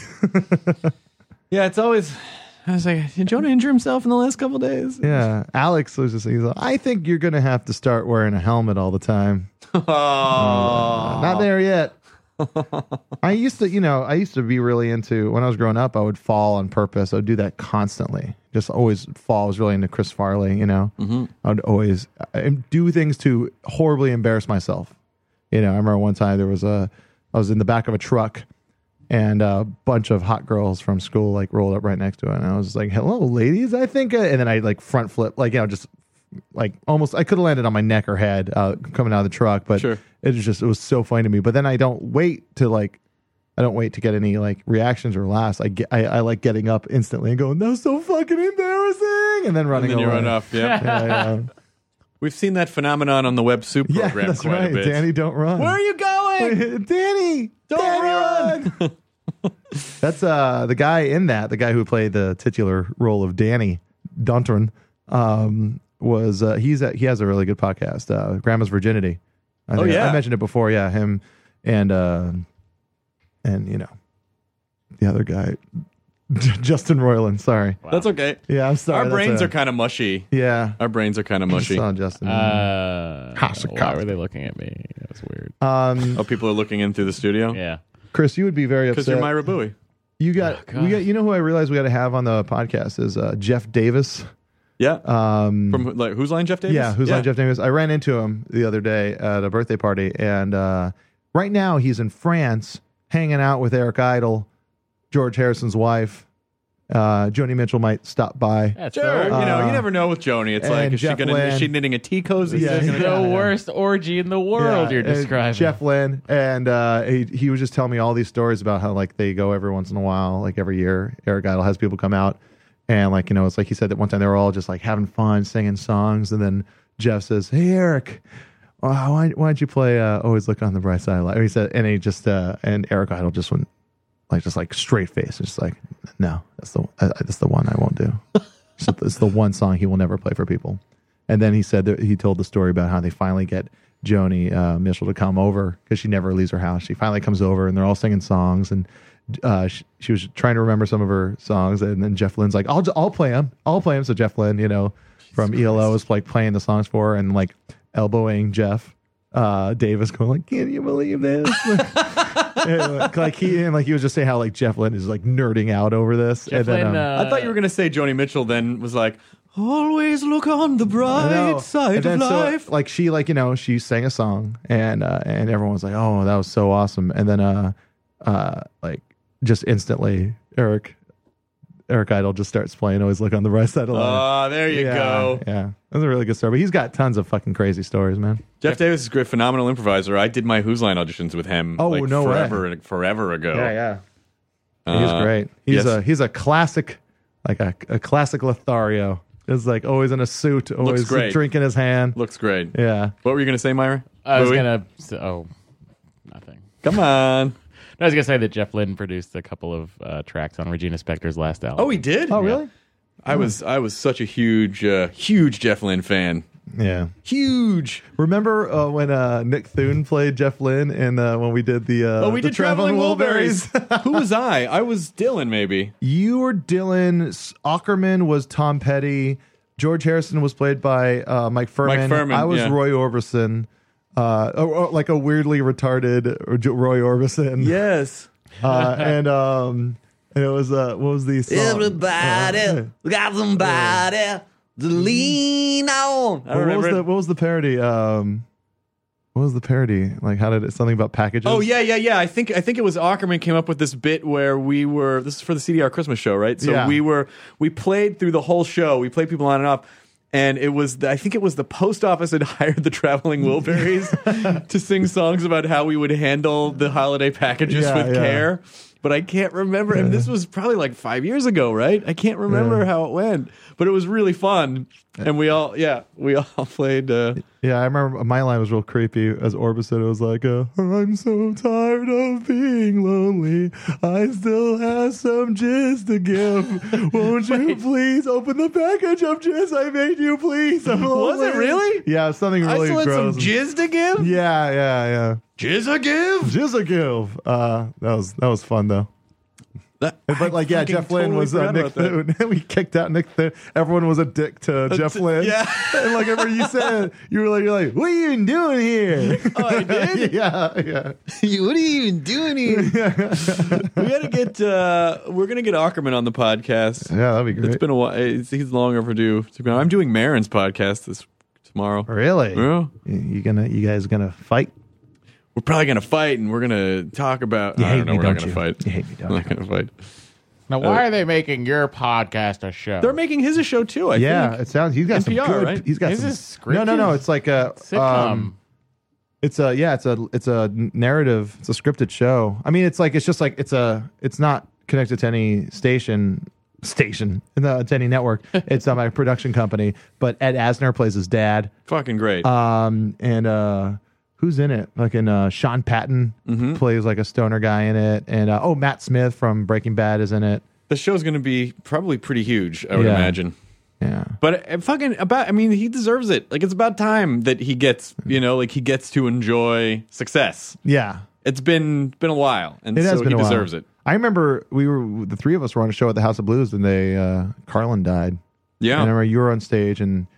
Speaker 1: Yeah, it's always. I was like, did Jonah injure himself in the last couple days?
Speaker 2: yeah, Alex was just he's like, I think you're gonna have to start wearing a helmet all the time.
Speaker 1: Oh,
Speaker 2: Not there yet. I used to, you know, I used to be really into when I was growing up. I would fall on purpose. I'd do that constantly. Just always fall. I was really into Chris Farley. You know, I'd always I, do things to horribly embarrass myself. You know, I remember one time there was a, I was in the back of a truck, and a bunch of hot girls from school like rolled up right next to it, and I was like, "Hello, ladies." I think, I, and then I like front flip, like you know, just like almost I could have landed on my neck or head uh, coming out of the truck, but
Speaker 1: Sure.
Speaker 2: it was just it was so funny to me. But then I don't wait to like I don't wait to get any like reactions or laughs. I get I, I like getting up instantly and going, "That was so fucking embarrassing," and then running
Speaker 1: and then you
Speaker 2: away.
Speaker 1: run off. Yeah.
Speaker 2: Yeah, yeah.
Speaker 1: We've seen that phenomenon on the Web Soup
Speaker 2: yeah
Speaker 1: program
Speaker 2: that's
Speaker 1: quite
Speaker 2: right.
Speaker 1: a bit.
Speaker 2: Danny, don't run.
Speaker 1: Where are you going?
Speaker 2: Danny,
Speaker 1: Don't
Speaker 2: Danny,
Speaker 1: run!
Speaker 2: run! That's uh the guy in that, the guy who played the titular role of Danny Dunton, um, was uh, he's a, he has a really good podcast, uh, Grandma's Virginity. I
Speaker 1: Oh,
Speaker 2: think I- I,
Speaker 1: yeah.
Speaker 2: mentioned it before. Yeah, him and uh, and you know the other guy, Justin Roiland. Sorry.
Speaker 1: That's okay.
Speaker 2: Yeah, I'm sorry.
Speaker 1: Our
Speaker 2: that's
Speaker 1: brains
Speaker 2: a-
Speaker 1: are kind of mushy.
Speaker 2: yeah.
Speaker 1: Our brains are kind of mushy.
Speaker 2: Saw Justin.
Speaker 3: Uh,
Speaker 2: Mm. House of
Speaker 3: why
Speaker 2: cards.
Speaker 3: were they looking at me? That was weird.
Speaker 2: um,
Speaker 1: Oh, people are looking in through the
Speaker 2: Oh.
Speaker 1: studio
Speaker 3: Yeah.
Speaker 2: Chris, you would be very
Speaker 1: because
Speaker 2: upset.
Speaker 1: you're Myra Bowie.
Speaker 2: You got, we got. You know who I realized we got to have on the podcast is uh, Jeff Davis.
Speaker 1: Yeah. Um, From like whose line, Jeff Davis?
Speaker 2: Yeah, who's on Jeff Davis? I ran into him the other day at a birthday party, and uh, right now he's in France hanging out with Eric Idle, George Harrison's wife. Uh, Joni Mitchell might stop by.
Speaker 3: That's
Speaker 1: Sure,
Speaker 3: the,
Speaker 1: you
Speaker 2: Uh,
Speaker 1: know, you never know with Joni. It's like,
Speaker 2: and
Speaker 1: is
Speaker 2: Jeff
Speaker 1: she gonna is
Speaker 2: Lynne.
Speaker 1: she knitting a tea cozy?
Speaker 2: Yeah.
Speaker 1: Is she
Speaker 3: the
Speaker 1: gonna-
Speaker 3: worst orgy in the world
Speaker 2: Yeah,
Speaker 3: you're
Speaker 2: and
Speaker 3: describing.
Speaker 2: Jeff Lynn, and uh, he he was just telling me all these stories about how like they go every once in a while, like every year. Eric Idle has people come out, and like you know, it's like he said that one time they were all just like having fun singing songs, and then Jeff says, "Hey Eric." Why, why why don't you play uh, Always Look on the Bright Side of Life? He said, and he just, uh, and Eric Idle just went, like, just like straight face. It's just like, no, that's the, uh, that's the one I won't do. So it's the one song he will never play for people. And then he said that he told the story about how they finally get Joni uh, Mitchell to come over because she never leaves her house. She finally comes over and they're all singing songs and uh, she, she was trying to remember some of her songs. And then Jeff Lynne's like, I'll, I'll play him. I'll play him. So Jeff Lynne, you know, from ELO is like playing the songs for her and like elbowing Jeff. Uh, Davis going like, can you believe this? And, like, like he and like he was just saying how like Jeff Lynne is like nerding out over this.
Speaker 3: Jeff
Speaker 2: and then, um,
Speaker 3: Lynne, uh,
Speaker 1: I thought you were gonna say Joni Mitchell. Then was like, always look on the
Speaker 2: I know.
Speaker 1: bright side
Speaker 2: And then
Speaker 1: of
Speaker 2: so,
Speaker 1: life.
Speaker 2: like she, like you know, she sang a song, and uh, and everyone was like, "Oh, that was so awesome!" And then, uh, uh, like just instantly, Eric, Eric Idle just starts playing. Always look on the right side of life.
Speaker 1: Ah, there you
Speaker 2: yeah,
Speaker 1: go.
Speaker 2: Yeah, that's a really good story. But he's got tons of fucking crazy stories, man.
Speaker 1: Jeff Davis is a great, phenomenal improviser. I did my Who's Line auditions with him.
Speaker 2: Oh,
Speaker 1: like,
Speaker 2: no way.
Speaker 1: forever, and forever ago.
Speaker 2: yeah. He's great. He's
Speaker 1: Oh. Uh, yes.
Speaker 2: a he's a classic, like a, a classic Lothario. Is like always in a suit, always
Speaker 1: great.
Speaker 2: drink in his hand.
Speaker 1: Looks great.
Speaker 2: Yeah.
Speaker 1: What were you gonna say, Myra?
Speaker 3: I was
Speaker 1: Bowie?
Speaker 3: gonna. so- Oh, nothing.
Speaker 1: come on.
Speaker 3: I was gonna say that Jeff Lynne produced a couple of uh, tracks on Regina Spektor's last album.
Speaker 1: Oh, he did.
Speaker 2: Oh, really?
Speaker 1: I was I was such a huge uh, huge Jeff Lynne fan
Speaker 2: Yeah.
Speaker 1: Huge.
Speaker 2: Remember uh, when uh, Nick Thune played Jeff Lynn and uh, when we did the uh,
Speaker 1: Oh, we
Speaker 2: the
Speaker 1: did traveling, Wilburys. Who was I? I was Dylan, maybe.
Speaker 2: you were Dylan. S- Ackerman was Tom Petty. George Harrison was played by uh, Mike Furman.
Speaker 1: Mike Furman,
Speaker 2: I was
Speaker 1: yeah.
Speaker 2: Roy Orbison, uh, or, or like a weirdly retarded uh, Roy Orbison.
Speaker 1: Yes.
Speaker 2: Uh, and um, and it was uh, what was the song? Uh,
Speaker 1: got somebody to lean on. I
Speaker 2: what was
Speaker 1: remember.
Speaker 2: the
Speaker 1: it.
Speaker 2: what was the parody? Um, what was the parody? Like how did it something about packages?
Speaker 1: Oh yeah, yeah, yeah. I think I think it was Ackerman came up with this bit where we were. This is for the CDR Christmas show, right? So
Speaker 2: Yeah.
Speaker 1: we were we played through the whole show. We played people on and off, and it was the, I think it was the post office had hired the traveling Wilburys to sing songs about how we would handle the holiday packages
Speaker 2: Yeah,
Speaker 1: with
Speaker 2: yeah.
Speaker 1: care. But I can't remember. And this was probably like five years ago, right? I can't remember how it went, but it was really fun. And we all, yeah, we all played. Uh,
Speaker 2: Yeah, I remember my line was real creepy as Orbison. It was like, uh, I'm so tired of being lonely. I still have some jizz to give. Won't you please open the package of jizz I made you, please? I'm
Speaker 1: Was it
Speaker 2: lonely."
Speaker 1: really?
Speaker 2: Yeah, something
Speaker 1: I
Speaker 2: really
Speaker 1: still had some
Speaker 2: gross.
Speaker 1: jizz to give.
Speaker 2: yeah, yeah,
Speaker 1: Jizz I give.
Speaker 2: yeah. Jizz to give. Uh, that was that was fun though.
Speaker 1: That-
Speaker 2: But like, yeah,
Speaker 1: fucking
Speaker 2: Jeff Lynn
Speaker 1: totally
Speaker 2: was uh,
Speaker 1: forgot
Speaker 2: Nick
Speaker 1: about that. Uh,
Speaker 2: Thune. we kicked out Nick Thune. Everyone was a dick to Jeff
Speaker 1: t-
Speaker 2: Lynn.
Speaker 1: yeah.
Speaker 2: and like, whenever you said, you were like, you're like, what are you even doing here?
Speaker 1: Oh, I did.
Speaker 2: yeah, yeah.
Speaker 1: what are you even doing here? we gotta get. Uh, we're gonna get Ackerman on the podcast.
Speaker 2: Yeah, that'd be great.
Speaker 1: It's been a while. It's, he's long overdue. To be honest. I'm doing Marin's podcast this tomorrow.
Speaker 2: really.
Speaker 1: Yeah.
Speaker 2: You you gonna, you guys gonna fight?
Speaker 1: We're probably gonna fight, and we're gonna talk about.
Speaker 2: You
Speaker 1: I
Speaker 2: hate
Speaker 1: don't know.
Speaker 2: me,
Speaker 1: we're not
Speaker 2: don't
Speaker 1: gonna
Speaker 2: you?
Speaker 1: fight.
Speaker 2: You hate me, don't
Speaker 1: We're not gonna fight.
Speaker 2: uh,
Speaker 3: Now, why are they making your podcast a show?
Speaker 1: They're making his a show too. I
Speaker 2: yeah,
Speaker 1: think.
Speaker 2: it sounds. He's got
Speaker 1: NPR,
Speaker 2: some good.
Speaker 1: right?
Speaker 2: He's got
Speaker 3: Is
Speaker 2: some.
Speaker 3: this
Speaker 2: no, no, no.
Speaker 3: scripted?
Speaker 2: It's like a
Speaker 3: sitcom.
Speaker 2: um, it's a yeah. It's a it's a narrative. It's a scripted show. I mean, it's like it's just like it's a it's not connected to any station station no, to any network. it's um, a production company. But Ed Asner plays his dad.
Speaker 1: Fucking great.
Speaker 2: Um, and uh, who's in it? Fucking uh, Sean Patton
Speaker 1: Mm-hmm.
Speaker 2: plays like a stoner guy in it, and uh, oh, Matt Smith from Breaking Bad is in it.
Speaker 1: the show's gonna be probably pretty huge. I would
Speaker 2: Yeah.
Speaker 1: imagine.
Speaker 2: Yeah,
Speaker 1: But uh, fucking about, I mean, he deserves it. Like it's about time that he gets, you know, like he gets to enjoy success.
Speaker 2: yeah.
Speaker 1: It's been been a while, and
Speaker 2: It
Speaker 1: so
Speaker 2: has been
Speaker 1: he
Speaker 2: a while.
Speaker 1: deserves it.
Speaker 2: I remember we were the three of us were on a show at the House of Blues, and they uh, Carlin died.
Speaker 1: Yeah,
Speaker 2: And I remember you were on stage and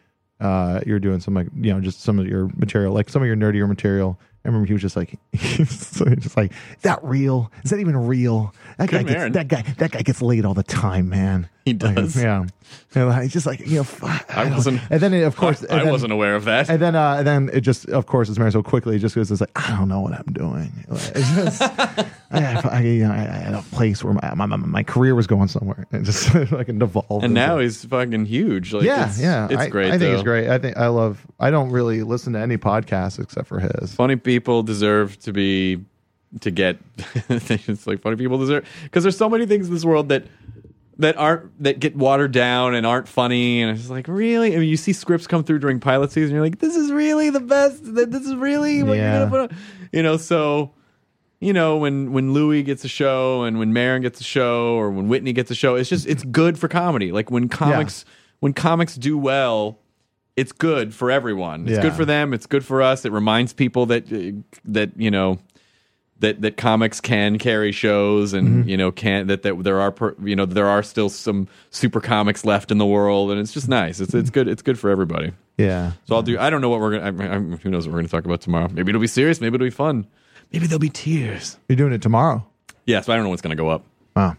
Speaker 2: uh, you were doing some like you know just some of your material, like some of your nerdier material. I remember he was just like, he was just like, "Is that real? Is that even real? That guy,
Speaker 1: Good man.
Speaker 2: gets, that guy, that guy gets laid all the time, man.
Speaker 1: He
Speaker 2: Like,
Speaker 1: does.
Speaker 2: yeah. And like, he's just like you know, f-
Speaker 1: I
Speaker 2: don't-
Speaker 1: wasn't-
Speaker 2: And then of course,
Speaker 1: I
Speaker 2: and then-
Speaker 1: wasn't aware of that.
Speaker 2: And then, uh, and then it just, of course, it's married so quickly. It just goes, it's like I don't know what I'm doing. Like, It's just, I, I, you know, I, I had a place where my, my my- my career was going somewhere. It just like it devolved.
Speaker 1: and now
Speaker 2: into-
Speaker 1: he's fucking huge. Like,
Speaker 2: yeah,
Speaker 1: it's,
Speaker 2: yeah.
Speaker 1: it's
Speaker 2: I,
Speaker 1: great.
Speaker 2: I think it's
Speaker 1: though.
Speaker 2: great. I think I love. I don't really listen to any podcast except for his.
Speaker 1: Funny people deserve to be to get. it's like funny people deserve because there's so many things in this world that that aren't that get watered down and aren't funny. And it's like really, I mean, you see scripts come through during pilot season. You're like, this is really the best. Th- This is really what
Speaker 2: Yeah.
Speaker 1: you're gonna put. On. You know, so. You know when when Louis gets a show and when Marin gets a show or when Whitney gets a show, it's just it's good for comedy. Like when comics when comics do well, it's good for everyone. It's
Speaker 2: Yeah.
Speaker 1: good for them. It's good for us. It reminds people that uh, that you know that that comics can carry shows, and you know can that, that there are per, you know there are still some super comics left in the world, and it's just nice. It's it's good. It's good for everybody.
Speaker 2: Yeah,
Speaker 1: So I'll do. I don't know what we're gonna. I, I, who knows what we're gonna talk about tomorrow? Maybe it'll be serious. Maybe it'll be fun. Maybe there'll be tears.
Speaker 2: you're doing it tomorrow.
Speaker 1: Yeah. So I don't know what's gonna go up,
Speaker 2: Wow.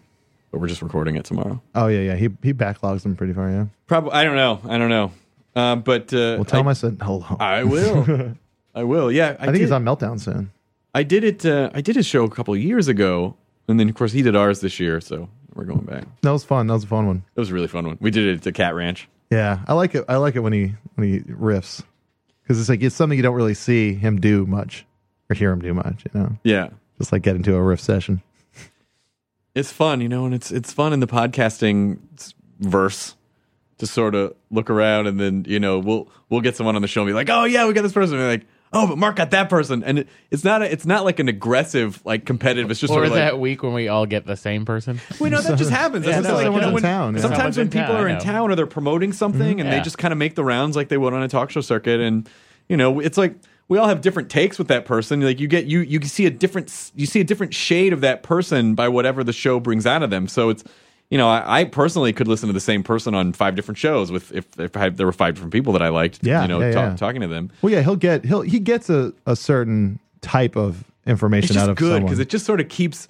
Speaker 1: but we're just recording it tomorrow.
Speaker 2: Oh yeah, yeah. He he backlogs them pretty far. Yeah.
Speaker 1: Probably. I don't know. I don't know. Uh, but uh,
Speaker 2: Well, tell
Speaker 1: I,
Speaker 2: him I said hello. I,
Speaker 1: I will. I will. Yeah. I,
Speaker 2: think
Speaker 1: did-
Speaker 2: he's on meltdown soon.
Speaker 1: I did it. Uh, I did his show a couple years ago, and then of course he did ours this year. So we're going back. It
Speaker 2: That was fun. That was a fun one.
Speaker 1: was a really fun one. We did it at the Cat Ranch.
Speaker 2: Yeah, I like it. I like it when he when he riffs because it's like it's something you don't really see him do much or hear him do much. You know,
Speaker 1: Yeah,
Speaker 2: just like get into a riff session.
Speaker 1: it's fun, you know, and it's it's fun in the podcasting s- verse to sort of look around and then you know we'll we'll get someone on the show and be like, oh yeah, we got this person. And be like, oh, but Mark got that person, and it, it's not a, it's not like an aggressive like competitive. It's just
Speaker 3: or
Speaker 1: sort of like,
Speaker 3: that week when we all get the same person.
Speaker 1: Well, no, that just happens. That's
Speaker 3: Yeah,
Speaker 1: what
Speaker 3: no,
Speaker 1: I'm saying.
Speaker 3: someone's
Speaker 1: You know,
Speaker 3: in
Speaker 1: when-
Speaker 2: town, yeah.
Speaker 1: Sometimes
Speaker 3: Someone's
Speaker 1: when
Speaker 3: in
Speaker 1: people
Speaker 3: town,
Speaker 1: are
Speaker 3: I
Speaker 1: in
Speaker 3: know.
Speaker 1: town or they're promoting something and they
Speaker 3: Yeah.
Speaker 1: just kind of make the rounds like they would on a talk show circuit, and you know, it's like we all have different takes with that person. Like you get you you can see a different s- you see a different shade of that person by whatever the show brings out of them. So it's. You know, I, I personally could listen to the same person on five different shows with if, if I, there were five different people that I liked.
Speaker 2: Yeah,
Speaker 1: you know,
Speaker 2: yeah,
Speaker 1: talk,
Speaker 2: yeah.
Speaker 1: talking to them.
Speaker 2: Well, yeah, he'll get he'll he gets a, a certain type of information
Speaker 1: it's just
Speaker 2: out of
Speaker 1: good
Speaker 2: someone.
Speaker 1: because it just sort of keeps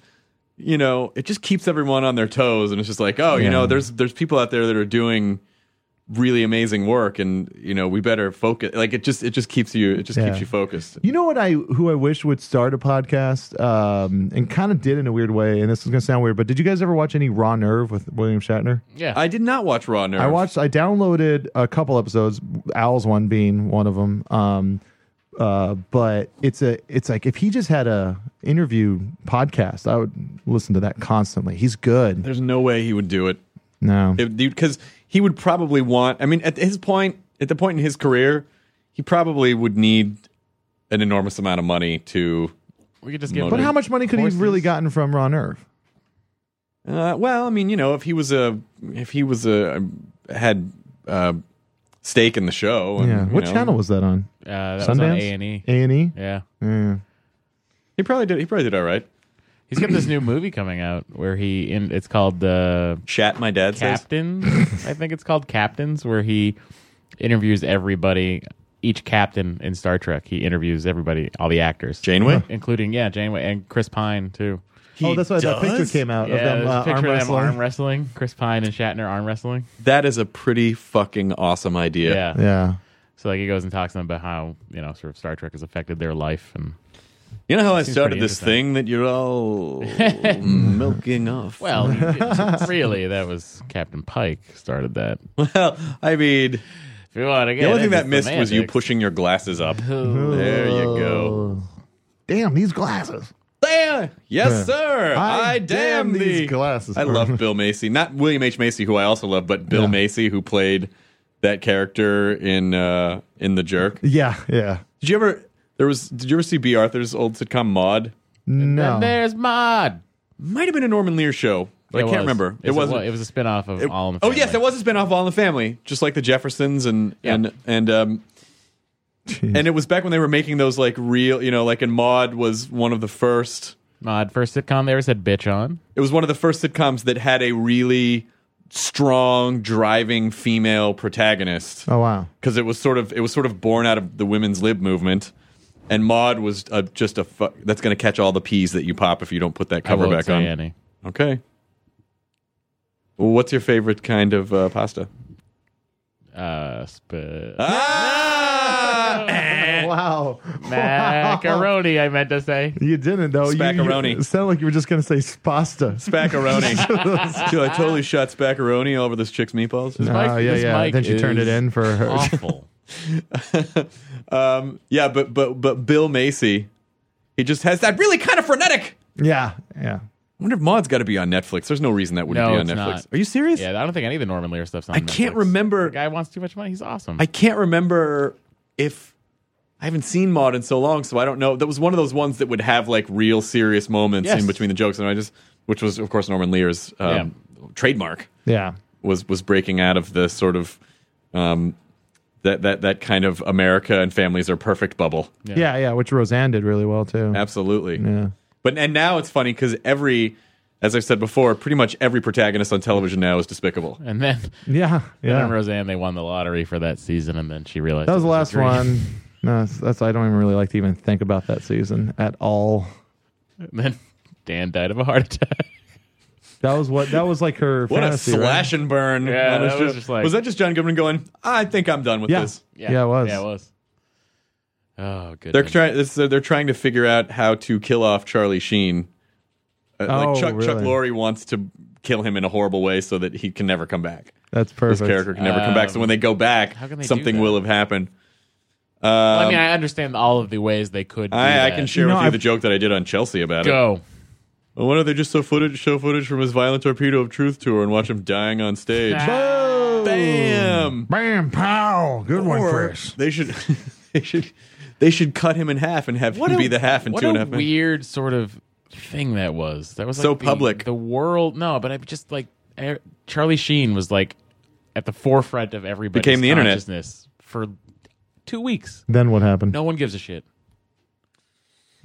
Speaker 1: you know it just keeps everyone on their toes and it's just like oh you
Speaker 2: Yeah.
Speaker 1: know there's there's people out there that are doing really amazing work and you know we better focus like it just it just keeps you it just
Speaker 2: Yeah.
Speaker 1: keeps you focused
Speaker 2: You know what I who I wish would start a podcast um, and kind of did in a weird way, and this is gonna sound weird, but did you guys ever watch any Raw Nerve with William Shatner?
Speaker 3: Yeah.
Speaker 1: i did not watch raw nerve
Speaker 2: I watched. I downloaded a couple episodes. Owl's one being one of them. Um, uh, but it's a. It's like if he just had a interview podcast, I would listen to that constantly. He's good.
Speaker 1: there's no way he would do it
Speaker 2: No,
Speaker 1: because he would probably want i mean at his point at the point in his career he probably would need an enormous amount of money to
Speaker 3: we could just give.
Speaker 1: But
Speaker 2: but
Speaker 3: him-
Speaker 2: how much money could he
Speaker 3: Horses.
Speaker 2: have really gotten from Raw Nerve?
Speaker 1: Uh, well, I mean, you know, if he was a, if he was a, had uh, stake in the show. And,
Speaker 2: Yeah.
Speaker 1: you
Speaker 2: What
Speaker 1: know,
Speaker 2: channel was that on?
Speaker 3: Uh, that was on
Speaker 2: Sundance.
Speaker 3: A and E.
Speaker 2: A and E.
Speaker 3: Yeah.
Speaker 2: Yeah.
Speaker 1: He probably did. He probably did all right.
Speaker 3: He's got this new movie coming out where he in it's called the
Speaker 1: Shat, my dad says.
Speaker 3: Captains. I think it's called Captains, where he interviews everybody, each captain in Star Trek. He interviews everybody, all the actors,
Speaker 1: Janeway.
Speaker 3: including yeah, Janeway and Chris Pine too.
Speaker 2: oh, that's why that picture came out
Speaker 3: yeah,
Speaker 2: of them,
Speaker 3: there's a
Speaker 2: uh,
Speaker 3: picture
Speaker 2: arm
Speaker 3: of them
Speaker 2: wrestling.
Speaker 3: arm wrestling. Chris Pine and Shatner arm wrestling.
Speaker 1: That is a pretty fucking awesome idea.
Speaker 3: Yeah.
Speaker 2: yeah.
Speaker 3: So like he goes and talks to them about how you know sort of Star Trek has affected their life and
Speaker 1: You know how I
Speaker 3: Seems
Speaker 1: started
Speaker 3: pretty
Speaker 1: this thing that you're all milking off.
Speaker 3: well, really that was Captain Pike started that.
Speaker 1: well, I mean,
Speaker 3: If you want to get
Speaker 1: the only thing
Speaker 3: into
Speaker 1: that missed was you
Speaker 3: semantics. Oh.
Speaker 1: pushing your glasses up. there you
Speaker 2: Oh,
Speaker 1: go.
Speaker 2: Damn these glasses.
Speaker 1: There. Yes, sir. I,
Speaker 2: I
Speaker 1: damn
Speaker 2: damn
Speaker 1: thee.
Speaker 2: these glasses.
Speaker 1: I love Bill Macy. Not William H. Macy, who I also love, but Bill
Speaker 2: Yeah.
Speaker 1: Macy, who played that character in uh, in The Jerk.
Speaker 2: Yeah. Yeah.
Speaker 1: Did you ever there was did you ever see B. Arthur's old sitcom Maud?
Speaker 2: No.
Speaker 3: And there's Mod.
Speaker 1: Might have been a Norman Lear show. but I
Speaker 3: It
Speaker 1: can't
Speaker 3: was.
Speaker 1: remember. It
Speaker 3: It's a-
Speaker 1: wasn't
Speaker 3: It was a spinoff of
Speaker 1: it-
Speaker 3: All in the
Speaker 1: Oh
Speaker 3: Family.
Speaker 1: yes, it was a spinoff of All in the Family, just like the Jeffersons and and and um
Speaker 2: Jeez.
Speaker 1: and it was back when they were making those like real you know, like and Maud was one of the first
Speaker 3: Mod first sitcom they ever said bitch on.
Speaker 1: It was one of the first sitcoms that had a really strong driving female protagonist
Speaker 2: oh wow.
Speaker 1: because it was sort of it was sort of born out of the women's lib movement and Maud was uh just a fu- that's going to catch all the peas that you pop if you don't put that
Speaker 3: I
Speaker 1: cover
Speaker 3: won't
Speaker 1: back
Speaker 3: say
Speaker 1: on.
Speaker 3: Any.
Speaker 1: Okay. Well, what's your favorite kind of uh, pasta?
Speaker 3: Uh, sp-
Speaker 1: Ah!
Speaker 2: Wow.
Speaker 3: macaroni. I meant to say.
Speaker 2: You didn't though. You-
Speaker 1: Spaccaroni.
Speaker 2: You, it sounded like you were just gonna say spasta.
Speaker 1: Spaccaroni. Dude, I totally shot spaccaroni all over this chick's meatballs.
Speaker 3: This mic-
Speaker 2: Oh, yeah,
Speaker 3: this
Speaker 2: yeah.
Speaker 3: mic
Speaker 2: Then she turned
Speaker 3: is
Speaker 2: it in for her.
Speaker 3: Awful.
Speaker 1: Um, yeah, but but but Bill Macy, he just has that really kind of frenetic
Speaker 2: Yeah, yeah.
Speaker 1: I wonder if Maud's got to be on Netflix. There's no reason that wouldn't
Speaker 3: No,
Speaker 1: be on
Speaker 3: it's
Speaker 1: Netflix.
Speaker 3: not.
Speaker 1: Are you serious?
Speaker 3: yeah, I don't think any of the Norman Lear stuff's on.
Speaker 1: I can't
Speaker 3: Netflix.
Speaker 1: remember.
Speaker 3: The guy wants too much money. He's awesome.
Speaker 1: I can't remember if I haven't seen Maud in so long, so I don't know. That was one of those ones that would have like real serious moments
Speaker 3: Yes.
Speaker 1: in between the jokes, and I just, which was of course Norman Lear's um, trademark,
Speaker 2: Yeah.
Speaker 1: was was breaking out of the sort of um, that that that kind of America and families are perfect bubble.
Speaker 2: Yeah, yeah, which Roseanne did really well too.
Speaker 1: Absolutely.
Speaker 2: Mm. Yeah.
Speaker 1: But and now it's funny because every, as I said before, pretty much every protagonist on television now is despicable.
Speaker 3: and then
Speaker 2: Yeah.
Speaker 3: yeah.
Speaker 2: Yeah.
Speaker 3: Roseanne, they won the lottery for that season, and then she realized
Speaker 2: that was
Speaker 3: it
Speaker 2: the
Speaker 3: a
Speaker 2: last
Speaker 3: dream.
Speaker 2: one. No, that's, that's I don't even really like to even think about that season at all.
Speaker 3: And then Dan died of a heart attack.
Speaker 2: That was what that was like her
Speaker 1: What a
Speaker 2: fantasy. right?
Speaker 1: slash and burn!
Speaker 3: Yeah,
Speaker 1: on the
Speaker 3: that was
Speaker 1: show.
Speaker 3: just like-
Speaker 1: was that just John Goodman going? I think I'm done with
Speaker 2: Yeah.
Speaker 1: this.
Speaker 2: Yeah. Yeah, it was.
Speaker 3: Yeah, it was. Oh, good.
Speaker 1: They're trying. This, they're trying to figure out how to kill off Charlie Sheen. Uh,
Speaker 2: Oh,
Speaker 1: like Chuck Chuck
Speaker 2: really?
Speaker 1: Lorre wants to kill him in a horrible way so that he can never come back.
Speaker 2: That's perfect.
Speaker 1: His character can never come back. So when they go back,
Speaker 3: how can they do
Speaker 1: something
Speaker 3: that?
Speaker 1: will have happened. Um,
Speaker 3: I
Speaker 1: I,
Speaker 3: mean, I understand all of the ways they could. Do
Speaker 1: I,
Speaker 3: that.
Speaker 1: can share
Speaker 2: You know,
Speaker 1: with you
Speaker 2: I've-
Speaker 1: the joke that I did on Chelsea about it.
Speaker 3: go.
Speaker 1: Well, why don't they just show footage, show footage from his violent torpedo of truth tour and watch him dying on stage? Bam!
Speaker 2: Bam, pow. Good
Speaker 1: Or They should they should They should cut him in half and have him be the half and
Speaker 3: what
Speaker 1: two and
Speaker 3: a
Speaker 1: a half. men.
Speaker 3: weird sort of thing that was. That was like
Speaker 1: So
Speaker 3: the-
Speaker 1: public.
Speaker 3: The world, no, but I just like er- Charlie Sheen was like at the forefront of everybody's
Speaker 1: Became the internet.
Speaker 3: consciousness for two weeks.
Speaker 2: Then what happened?
Speaker 3: No one gives a shit.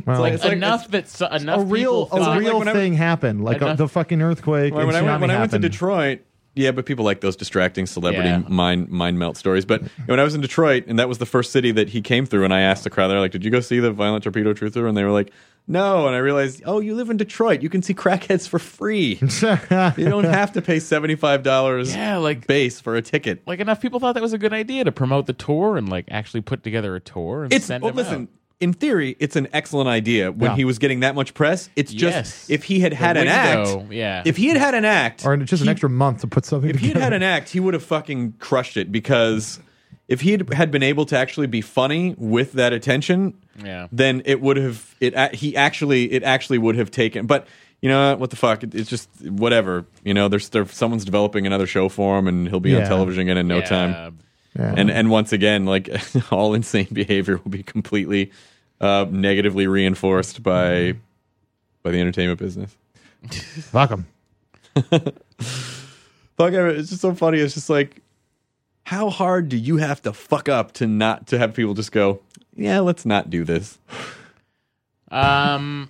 Speaker 2: well,
Speaker 3: Like,
Speaker 1: It's like-
Speaker 3: enough that so, enough
Speaker 2: a real,
Speaker 3: people
Speaker 2: a
Speaker 3: thought-
Speaker 2: real
Speaker 1: when I was-
Speaker 2: thing happened, like uh,
Speaker 3: Enough-
Speaker 2: the fucking earthquake.
Speaker 1: When,
Speaker 2: and
Speaker 1: when I went,
Speaker 2: tsunami
Speaker 1: when I went to
Speaker 2: happened.
Speaker 1: Detroit, yeah, but people like those distracting celebrity
Speaker 3: Yeah.
Speaker 1: mind mind melt stories. But when I was in Detroit, and that was the first city that he came through, and I asked the crowd, they're like, "Did you go see the Violent Torpedo Truther?" And they were like, "No." And I realized, oh, you live in Detroit, you can see crackheads for free. you don't have to pay seventy five dollars
Speaker 3: Yeah, like
Speaker 1: base for a ticket.
Speaker 3: like enough people thought that was a good idea to promote the tour and like actually put together a tour and
Speaker 1: It's
Speaker 3: send
Speaker 1: well,
Speaker 3: them
Speaker 1: listen.
Speaker 3: out.
Speaker 1: In theory, it's an excellent idea. When
Speaker 2: Yeah.
Speaker 1: he was getting that much press, it's just
Speaker 3: Yes.
Speaker 1: if he had
Speaker 3: The
Speaker 1: had an
Speaker 3: window,
Speaker 1: act.
Speaker 3: yeah.
Speaker 1: If he had had an act,
Speaker 2: or just an
Speaker 1: he-
Speaker 2: extra month to put something.
Speaker 1: if he had
Speaker 2: together.
Speaker 1: had an act, he would have fucking crushed it because if he had- had been able to actually be funny with that attention,
Speaker 3: Yeah.
Speaker 1: then it would have it. a- He actually it actually would have taken. But you know what the fuck? It- It's just whatever. You know, there's there, someone's developing another show for him, and he'll be on
Speaker 2: Yeah.
Speaker 1: television again in no
Speaker 3: Yeah.
Speaker 1: time.
Speaker 2: Yeah.
Speaker 1: And and once again, like all insane behavior will be completely uh, negatively reinforced by by the entertainment business.
Speaker 2: fuck him.
Speaker 1: fuck every- it's just so funny it's just like how hard do you have to fuck up to not to have people just go yeah let's not do this
Speaker 3: Um,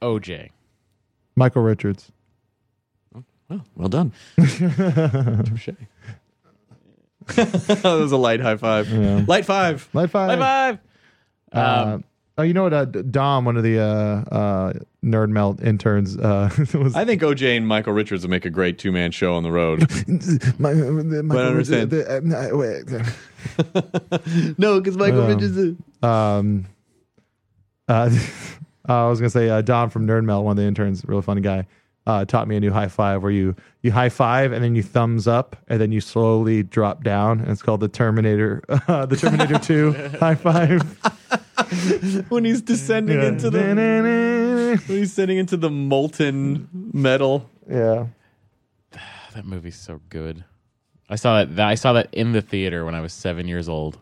Speaker 3: OJ.
Speaker 2: Michael Richards.
Speaker 1: well Oh, well done Touche. that was a light high five light five
Speaker 2: Light five.
Speaker 3: High five.
Speaker 2: Uh, oh, you know what? Uh, D- Dom, one of the uh, uh, nerd melt interns, uh, was.
Speaker 1: i think oj and michael richards would make a great two-man show on the road
Speaker 2: my, my, uh,
Speaker 1: I understand. no because michael
Speaker 2: Um,
Speaker 1: richards is-
Speaker 2: um, uh, I was gonna say uh, Dom from Nerd Melt, one of the interns, really funny guy, uh, taught me a new high five where you you high five and then you thumbs up and then you slowly drop down, and it's called the Terminator, uh, the Terminator Two high five.
Speaker 1: when he's descending
Speaker 2: Yeah.
Speaker 1: into the when he's descending into the molten metal
Speaker 2: yeah.
Speaker 3: oh, That movie's so good. I saw that, that. I saw that in the theater when I was seven years old.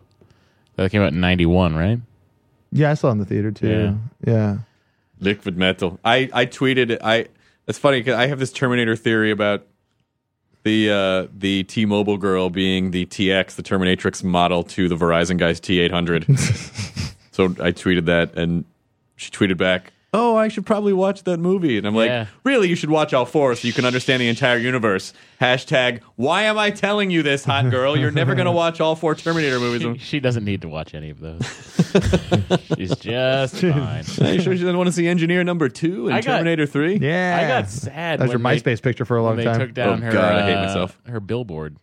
Speaker 3: That came out in '91, right?
Speaker 2: Yeah, I saw it in the theater too. Yeah.
Speaker 1: Liquid metal. I I tweeted it. I. It's funny because I have this Terminator theory about the uh, the T-Mobile girl being the TX, the Terminatrix model to the Verizon guy's T800. so I tweeted that, and she tweeted back, "Oh, I should probably watch that movie." And I'm
Speaker 3: Yeah.
Speaker 1: like, "Really? You should watch all four so you can understand the entire universe." Hashtag Why am I telling you this, hot girl? You're never gonna watch all four Terminator
Speaker 3: She,
Speaker 1: movies.
Speaker 3: she doesn't need to watch any of those. She's just fine.
Speaker 1: Are you sure she doesn't want to see Engineer Number Two and
Speaker 3: I got-
Speaker 1: Terminator Three?
Speaker 2: Yeah.
Speaker 3: I got sad.
Speaker 2: That was your
Speaker 3: when they-
Speaker 2: MySpace picture for a long
Speaker 3: when they
Speaker 2: time.
Speaker 3: took down
Speaker 1: Oh,
Speaker 3: her.
Speaker 1: God, I hate
Speaker 3: uh,
Speaker 1: myself.
Speaker 3: Her billboard.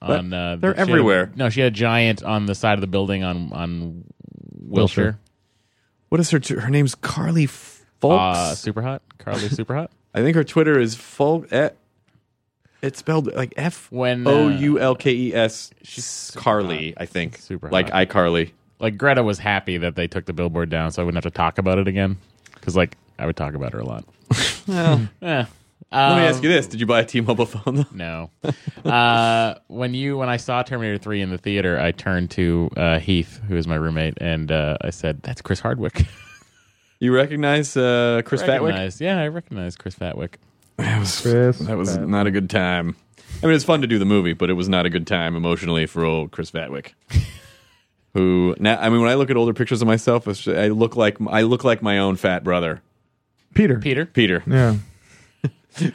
Speaker 1: But
Speaker 3: On uh,
Speaker 1: they're
Speaker 3: she had a-
Speaker 1: everywhere.
Speaker 3: no, she had a giant on the side of the building on on Wilshire.
Speaker 1: What is her? T- her name's Carly F- Folks.
Speaker 3: Uh, super hot, Carly. Super hot.
Speaker 1: I think her Twitter is Fol. eh, it's spelled like F
Speaker 3: When, uh,
Speaker 1: O U L K E S. She's Carly, I think.
Speaker 3: Super
Speaker 1: like
Speaker 3: hot.
Speaker 1: iCarly.
Speaker 3: like Greta was happy that they took the billboard down, so I wouldn't have to talk about it again. Because like I would talk about her a lot. Eh.
Speaker 1: Let me
Speaker 3: Um,
Speaker 1: ask you this: Did you buy a T-Mobile phone? though?
Speaker 3: No. Uh, when you when I saw Terminator Three in the theater, I turned to uh, Heath, who is my roommate, and uh, I said, "That's Chris Hardwick."
Speaker 1: You recognize uh, Chris Fatwick?
Speaker 3: Recognize- Yeah, I recognize Chris Fatwick.
Speaker 1: That was,
Speaker 2: Chris
Speaker 1: that was
Speaker 2: Fatwick.
Speaker 1: not a good time. I mean, it's fun to do the movie, but it was not a good time emotionally for old Chris Fatwick. Who now? I mean, when I look at older pictures of myself, it's- I look like I look like my own fat brother,
Speaker 2: Peter.
Speaker 3: Peter.
Speaker 1: Peter.
Speaker 2: Yeah.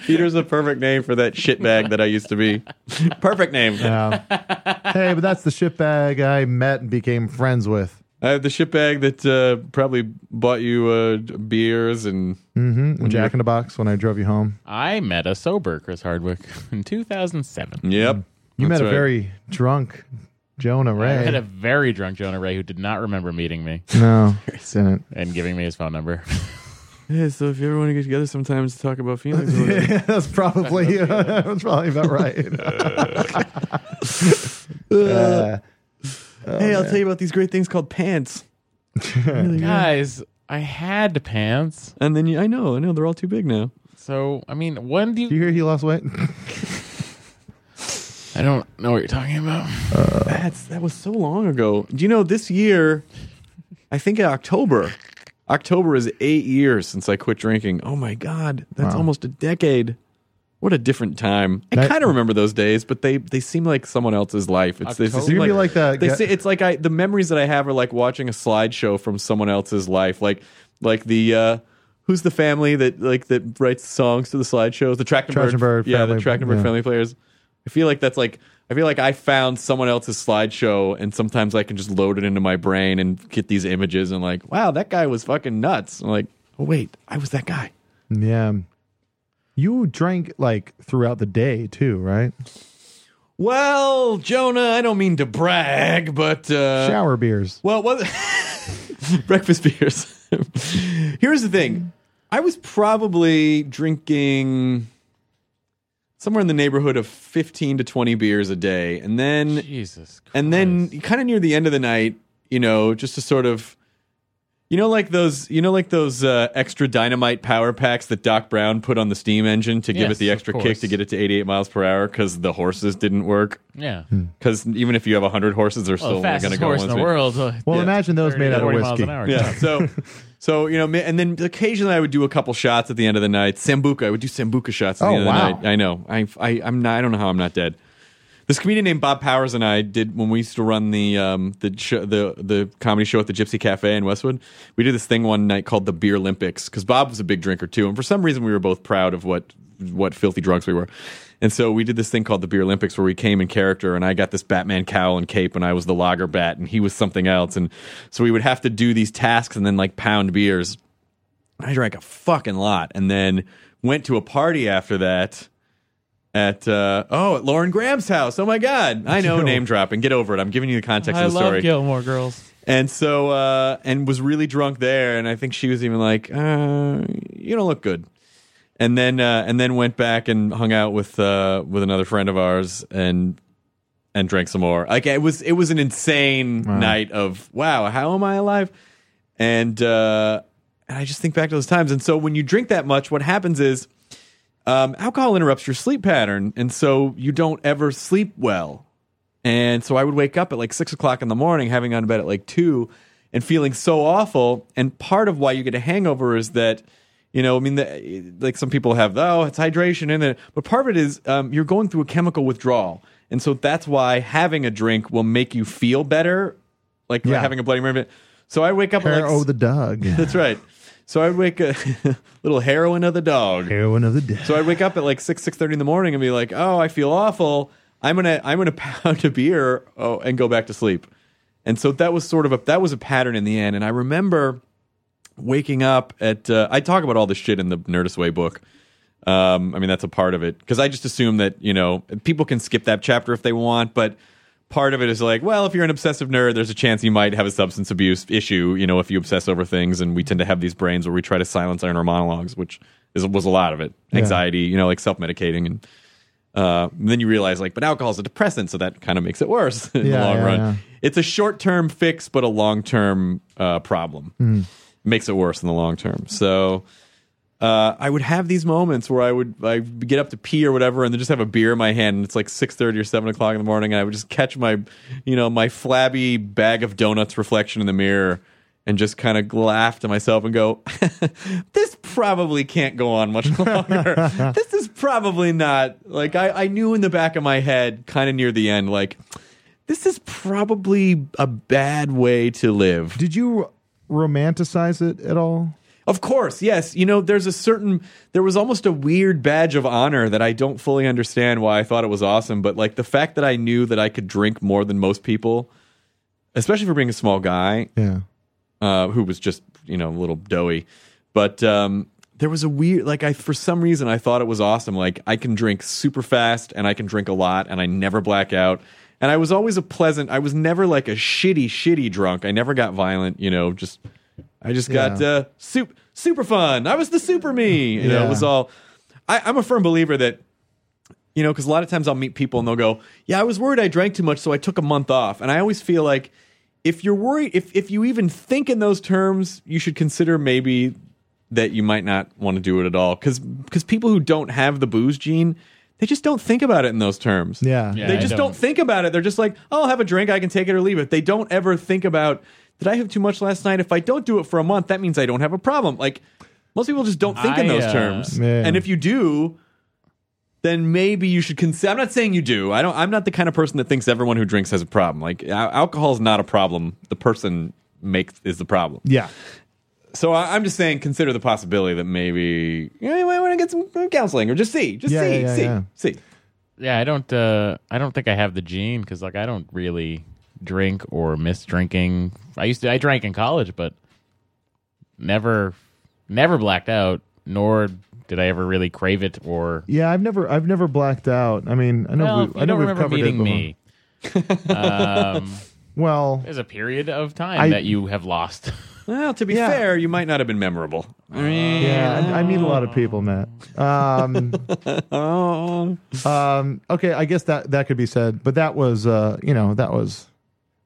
Speaker 1: Peter's the perfect name for that shitbag that I used to be. perfect name.
Speaker 2: Yeah. hey, but that's the shitbag I met and became friends with.
Speaker 1: I have the shitbag that uh, probably bought you uh, beers and
Speaker 2: Mm-hmm. Jack in the Box when I drove you home.
Speaker 3: I met a sober Chris Hardwick in 2007.
Speaker 1: yep.
Speaker 2: You
Speaker 1: That's
Speaker 2: met a
Speaker 1: right.
Speaker 2: very drunk Jonah
Speaker 3: I
Speaker 2: Ray.
Speaker 3: had a very drunk Jonah Ray who did not remember meeting me
Speaker 2: no, didn't.
Speaker 3: and giving me his phone number.
Speaker 1: Yeah, so if you ever want to get together sometimes to talk about feelings,
Speaker 2: yeah, that's probably that's probably about right. Uh,
Speaker 1: hey, I'll tell you about these great things called pants.
Speaker 3: Guys, I had pants.
Speaker 1: And then you, I know, I know, they're all too big now.
Speaker 3: So I mean, when do
Speaker 2: do
Speaker 3: you?
Speaker 2: you hear he lost weight?
Speaker 3: I don't know what you're talking about.
Speaker 1: That's that was so long ago. Do you know this year? I think in October. October is eight years since I quit drinking. Oh my god, that's
Speaker 2: Wow.
Speaker 1: almost a decade. What a different time. I
Speaker 2: That-
Speaker 1: kind of remember those days, but they they seem like someone else's life. It's they
Speaker 3: October.
Speaker 1: seem
Speaker 2: You'd be like that
Speaker 1: They
Speaker 2: guy-
Speaker 1: say, it's like I the memories that I have are like watching a slideshow from someone else's life, like like the. uh Who's the family that like that writes songs to the slideshows? The Trachtenberg,
Speaker 2: Trachtenberg
Speaker 1: yeah, the
Speaker 2: family,
Speaker 1: Trachtenberg
Speaker 2: yeah.
Speaker 1: family players. I feel like that's like I feel like I found someone else's slideshow, and sometimes I can just load it into my brain and get these images and like, wow, that guy was fucking nuts. I'm like, oh wait, I was that guy.
Speaker 2: Yeah. You drank like throughout the day too, right?
Speaker 1: Well, Jonah, I don't mean to brag, but uh,
Speaker 2: Shower beers.
Speaker 1: Well, what breakfast beers. Here's the thing. I was probably drinking somewhere in the neighborhood of 15 to 20 beers a day. And then
Speaker 3: Jesus. Christ.
Speaker 1: and then kind of near the end of the night, you know, just to sort of you know like those you know like those uh, extra dynamite power packs that Doc Brown put on the steam engine to give
Speaker 3: Yes,
Speaker 1: it the
Speaker 3: of
Speaker 1: extra kick
Speaker 3: course.
Speaker 1: to get it to 88 miles per hour cuz the horses didn't work
Speaker 3: yeah,
Speaker 2: Hmm.
Speaker 1: cuz even if you have 100 horses they're
Speaker 3: well,
Speaker 1: still
Speaker 3: the
Speaker 1: going to
Speaker 3: fastest
Speaker 1: go
Speaker 3: horse
Speaker 1: one
Speaker 3: in the
Speaker 1: speed.
Speaker 3: world.
Speaker 2: Well,
Speaker 1: yeah.
Speaker 2: imagine those made out of
Speaker 3: miles
Speaker 2: whiskey.
Speaker 3: an hour.
Speaker 1: Yeah. So, so you know, ma- and then occasionally I would do a couple shots at the end of the night. Sambuca, I would do sambuca shots at the
Speaker 2: Oh,
Speaker 1: end
Speaker 2: wow.
Speaker 1: of the night. I know. I, I, I'm not. I don't know how I'm not dead. This comedian named Bob Powers and I did when we used to run the um, the show, the the comedy show at the Gypsy Cafe in Westwood. We did this thing one night called the Beer Olympics because Bob was a big drinker too, and for some reason we were both proud of what what filthy drunks we were. And so we did this thing called the Beer Olympics where we came in character and I got this Batman cowl and cape and I was the lager bat and he was something else. And so we would have to do these tasks and then like pound beers. I drank a fucking lot and then went to a party after that at uh, oh at Lauren Graham's house. Oh my god. I know
Speaker 2: Yo.
Speaker 1: name dropping. Get over it. I'm giving you the context
Speaker 3: I
Speaker 1: of the
Speaker 3: love
Speaker 1: story.
Speaker 3: Gilmore Girls.
Speaker 1: And so uh and was really drunk there and I think she was even like, uh, you don't look good. And then uh and then went back and hung out with uh with another friend of ours and and drank some more. Like it was it was an insane night of wow, how am I alive? And uh and I just think back to those times. And so when you drink that much, what happens is um, alcohol interrupts your sleep pattern, and so you don't ever sleep well. And so I would wake up at like six o'clock in the morning, having gone to bed at like two, and feeling so awful. And part of why you get a hangover is that, you know, I mean, the, like some people have, oh, it's hydration in it, but part of it is um, you're going through a chemical withdrawal, and so that's why having a drink will make you feel better, like
Speaker 2: Yeah.
Speaker 1: having a Bloody Mary. So I wake up at
Speaker 2: Hair
Speaker 1: like
Speaker 2: o' the dog.
Speaker 1: that's right. So I'd wake a little heroin of the dog.
Speaker 2: Heroin of the dog.
Speaker 1: So I'd wake up at like six six thirty in the morning and be like, "Oh, I feel awful. I'm gonna I'm gonna pound a beer oh, and go back to sleep." And so that was sort of a that was a pattern in the end. And I remember waking up at uh, I talk about all this shit in the Nerdist Way book. Um, I mean that's a part of it because I just assume that you know people can skip that chapter if they want, but part of it is like, well, if you're an obsessive nerd, there's a chance you might have a substance abuse issue. You know, if you obsess over things, and we tend to have these brains where we try to silence our inner monologues, which is was a lot of it, anxiety, you know, like self medicating, and uh, and then you realize like, but alcohol's a depressant, so that kind of makes it worse in the
Speaker 2: Yeah,
Speaker 1: long
Speaker 2: yeah,
Speaker 1: run.
Speaker 2: yeah.
Speaker 1: It's a short term fix, but a long term uh, problem.
Speaker 2: Hmm.
Speaker 1: Makes it worse in the long term. So uh, I would have these moments where I would I get up to pee or whatever, and then just have a beer in my hand, and it's like six thirty or seven o'clock in the morning, and I would just catch my, you know, my flabby bag of donuts reflection in the mirror, and just kind of laugh to myself and go, "This probably can't go on much longer. this is probably not like I, I knew in the back of my head, kind of near the end, like." This is probably a bad way to live.
Speaker 2: Did you romanticize it at all?
Speaker 1: Of course, yes. You know, there's a certain, there was almost a weird badge of honor that I don't fully understand why I thought it was awesome. But like the fact that I knew that I could drink more than most people, especially for being a small guy
Speaker 2: Yeah.
Speaker 1: uh, who was just, you know, a little doughy. But um, there was a weird, like, I, for some reason, I thought it was awesome. Like, I can drink super fast and I can drink a lot and I never black out. And I was always a pleasant, I was never like a shitty, shitty drunk. I never got violent, you know, just. I just got
Speaker 2: Yeah.
Speaker 1: uh, super super fun. I was the super me. You know, it
Speaker 2: Yeah.
Speaker 1: was all. I, I'm a firm believer that you know because a lot of times I'll meet people and they'll go, "Yeah, I was worried I drank too much, so I took a month off." And I always feel like if you're worried, if if you even think in those terms, you should consider maybe that you might not want to do it at all because because people who don't have the booze gene. They just don't think about it in those terms
Speaker 2: Yeah.
Speaker 3: Yeah.
Speaker 1: they
Speaker 3: I
Speaker 1: just don't.
Speaker 3: don't.
Speaker 1: think about it. They're just like, oh, I'll have a drink. I can take it or leave it. They don't ever think about did I have too much last night? If I don't do it for a month, that means I don't have a problem. Like most people just don't think in
Speaker 3: I,
Speaker 1: those
Speaker 3: uh,
Speaker 1: terms.
Speaker 2: Yeah.
Speaker 1: And if you do, then maybe you should consider. I'm not saying you do. I don't. I'm not the kind of person that thinks everyone who drinks has a problem. Like al- alcohol is not a problem. The person makes is the problem.
Speaker 2: Yeah.
Speaker 1: So I, I'm just saying, consider the possibility that maybe you, know, you might want to get some counseling or just see, just
Speaker 2: Yeah,
Speaker 1: see,
Speaker 2: yeah, yeah,
Speaker 1: see,
Speaker 2: yeah.
Speaker 1: see.
Speaker 3: Yeah, I don't. Uh, I don't think I have the gene because like I don't really drink or miss drinking. I used to. I drank in college, but never, never blacked out. Nor did I ever really crave it or.
Speaker 2: Yeah, I've never I've never blacked out. I mean, I know
Speaker 3: Well,
Speaker 2: we,
Speaker 3: you
Speaker 2: I know
Speaker 3: don't
Speaker 2: we've
Speaker 3: remember
Speaker 2: covered it
Speaker 3: meeting
Speaker 2: before.
Speaker 3: me. um,
Speaker 2: Well,
Speaker 3: there's a period of time
Speaker 2: I-
Speaker 3: that you have lost.
Speaker 1: Well, to be
Speaker 2: Yeah. Oh.
Speaker 1: fair, you might not have been memorable. I mean,
Speaker 2: yeah, I, I meet a lot of people, Matt. Um,
Speaker 1: oh,
Speaker 2: um, okay, I guess that that could be said, but that was uh, you know, that was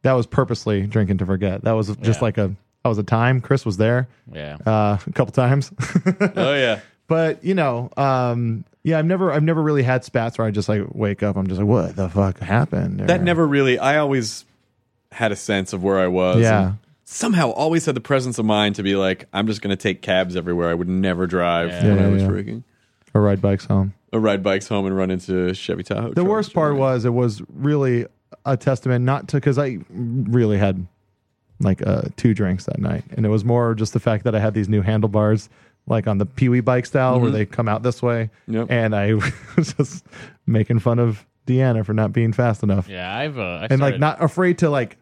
Speaker 2: that was purposely drinking to forget. That was just
Speaker 3: Yeah.
Speaker 2: like a that was a time Chris was there
Speaker 3: Yeah.
Speaker 2: uh, a couple times.
Speaker 1: oh yeah.
Speaker 2: but you know um yeah i've never i've never really had spats where i just like wake up i'm just like what the fuck happened Or-
Speaker 1: That never really. I always had a sense of where I was.
Speaker 2: Yeah.
Speaker 1: and Somehow, always had the presence of mind to be like, I'm just going to take cabs everywhere. I would never drive
Speaker 3: Yeah.
Speaker 1: when
Speaker 2: Yeah,
Speaker 1: I was
Speaker 2: yeah.
Speaker 1: drinking.
Speaker 2: or ride bikes home
Speaker 1: Or ride bikes home and run into Chevy Tahoe.
Speaker 2: the worst part was it was really a testament not to because i really had like uh two drinks that night and it was more just the fact that i had these new handlebars like on the pee-wee bike style
Speaker 3: Mm-hmm.
Speaker 2: where they come out this way
Speaker 1: Yep.
Speaker 2: and i was just making fun of deanna for not being fast enough
Speaker 3: Yeah, I've. Uh, I
Speaker 2: and like
Speaker 3: started-
Speaker 2: not afraid to like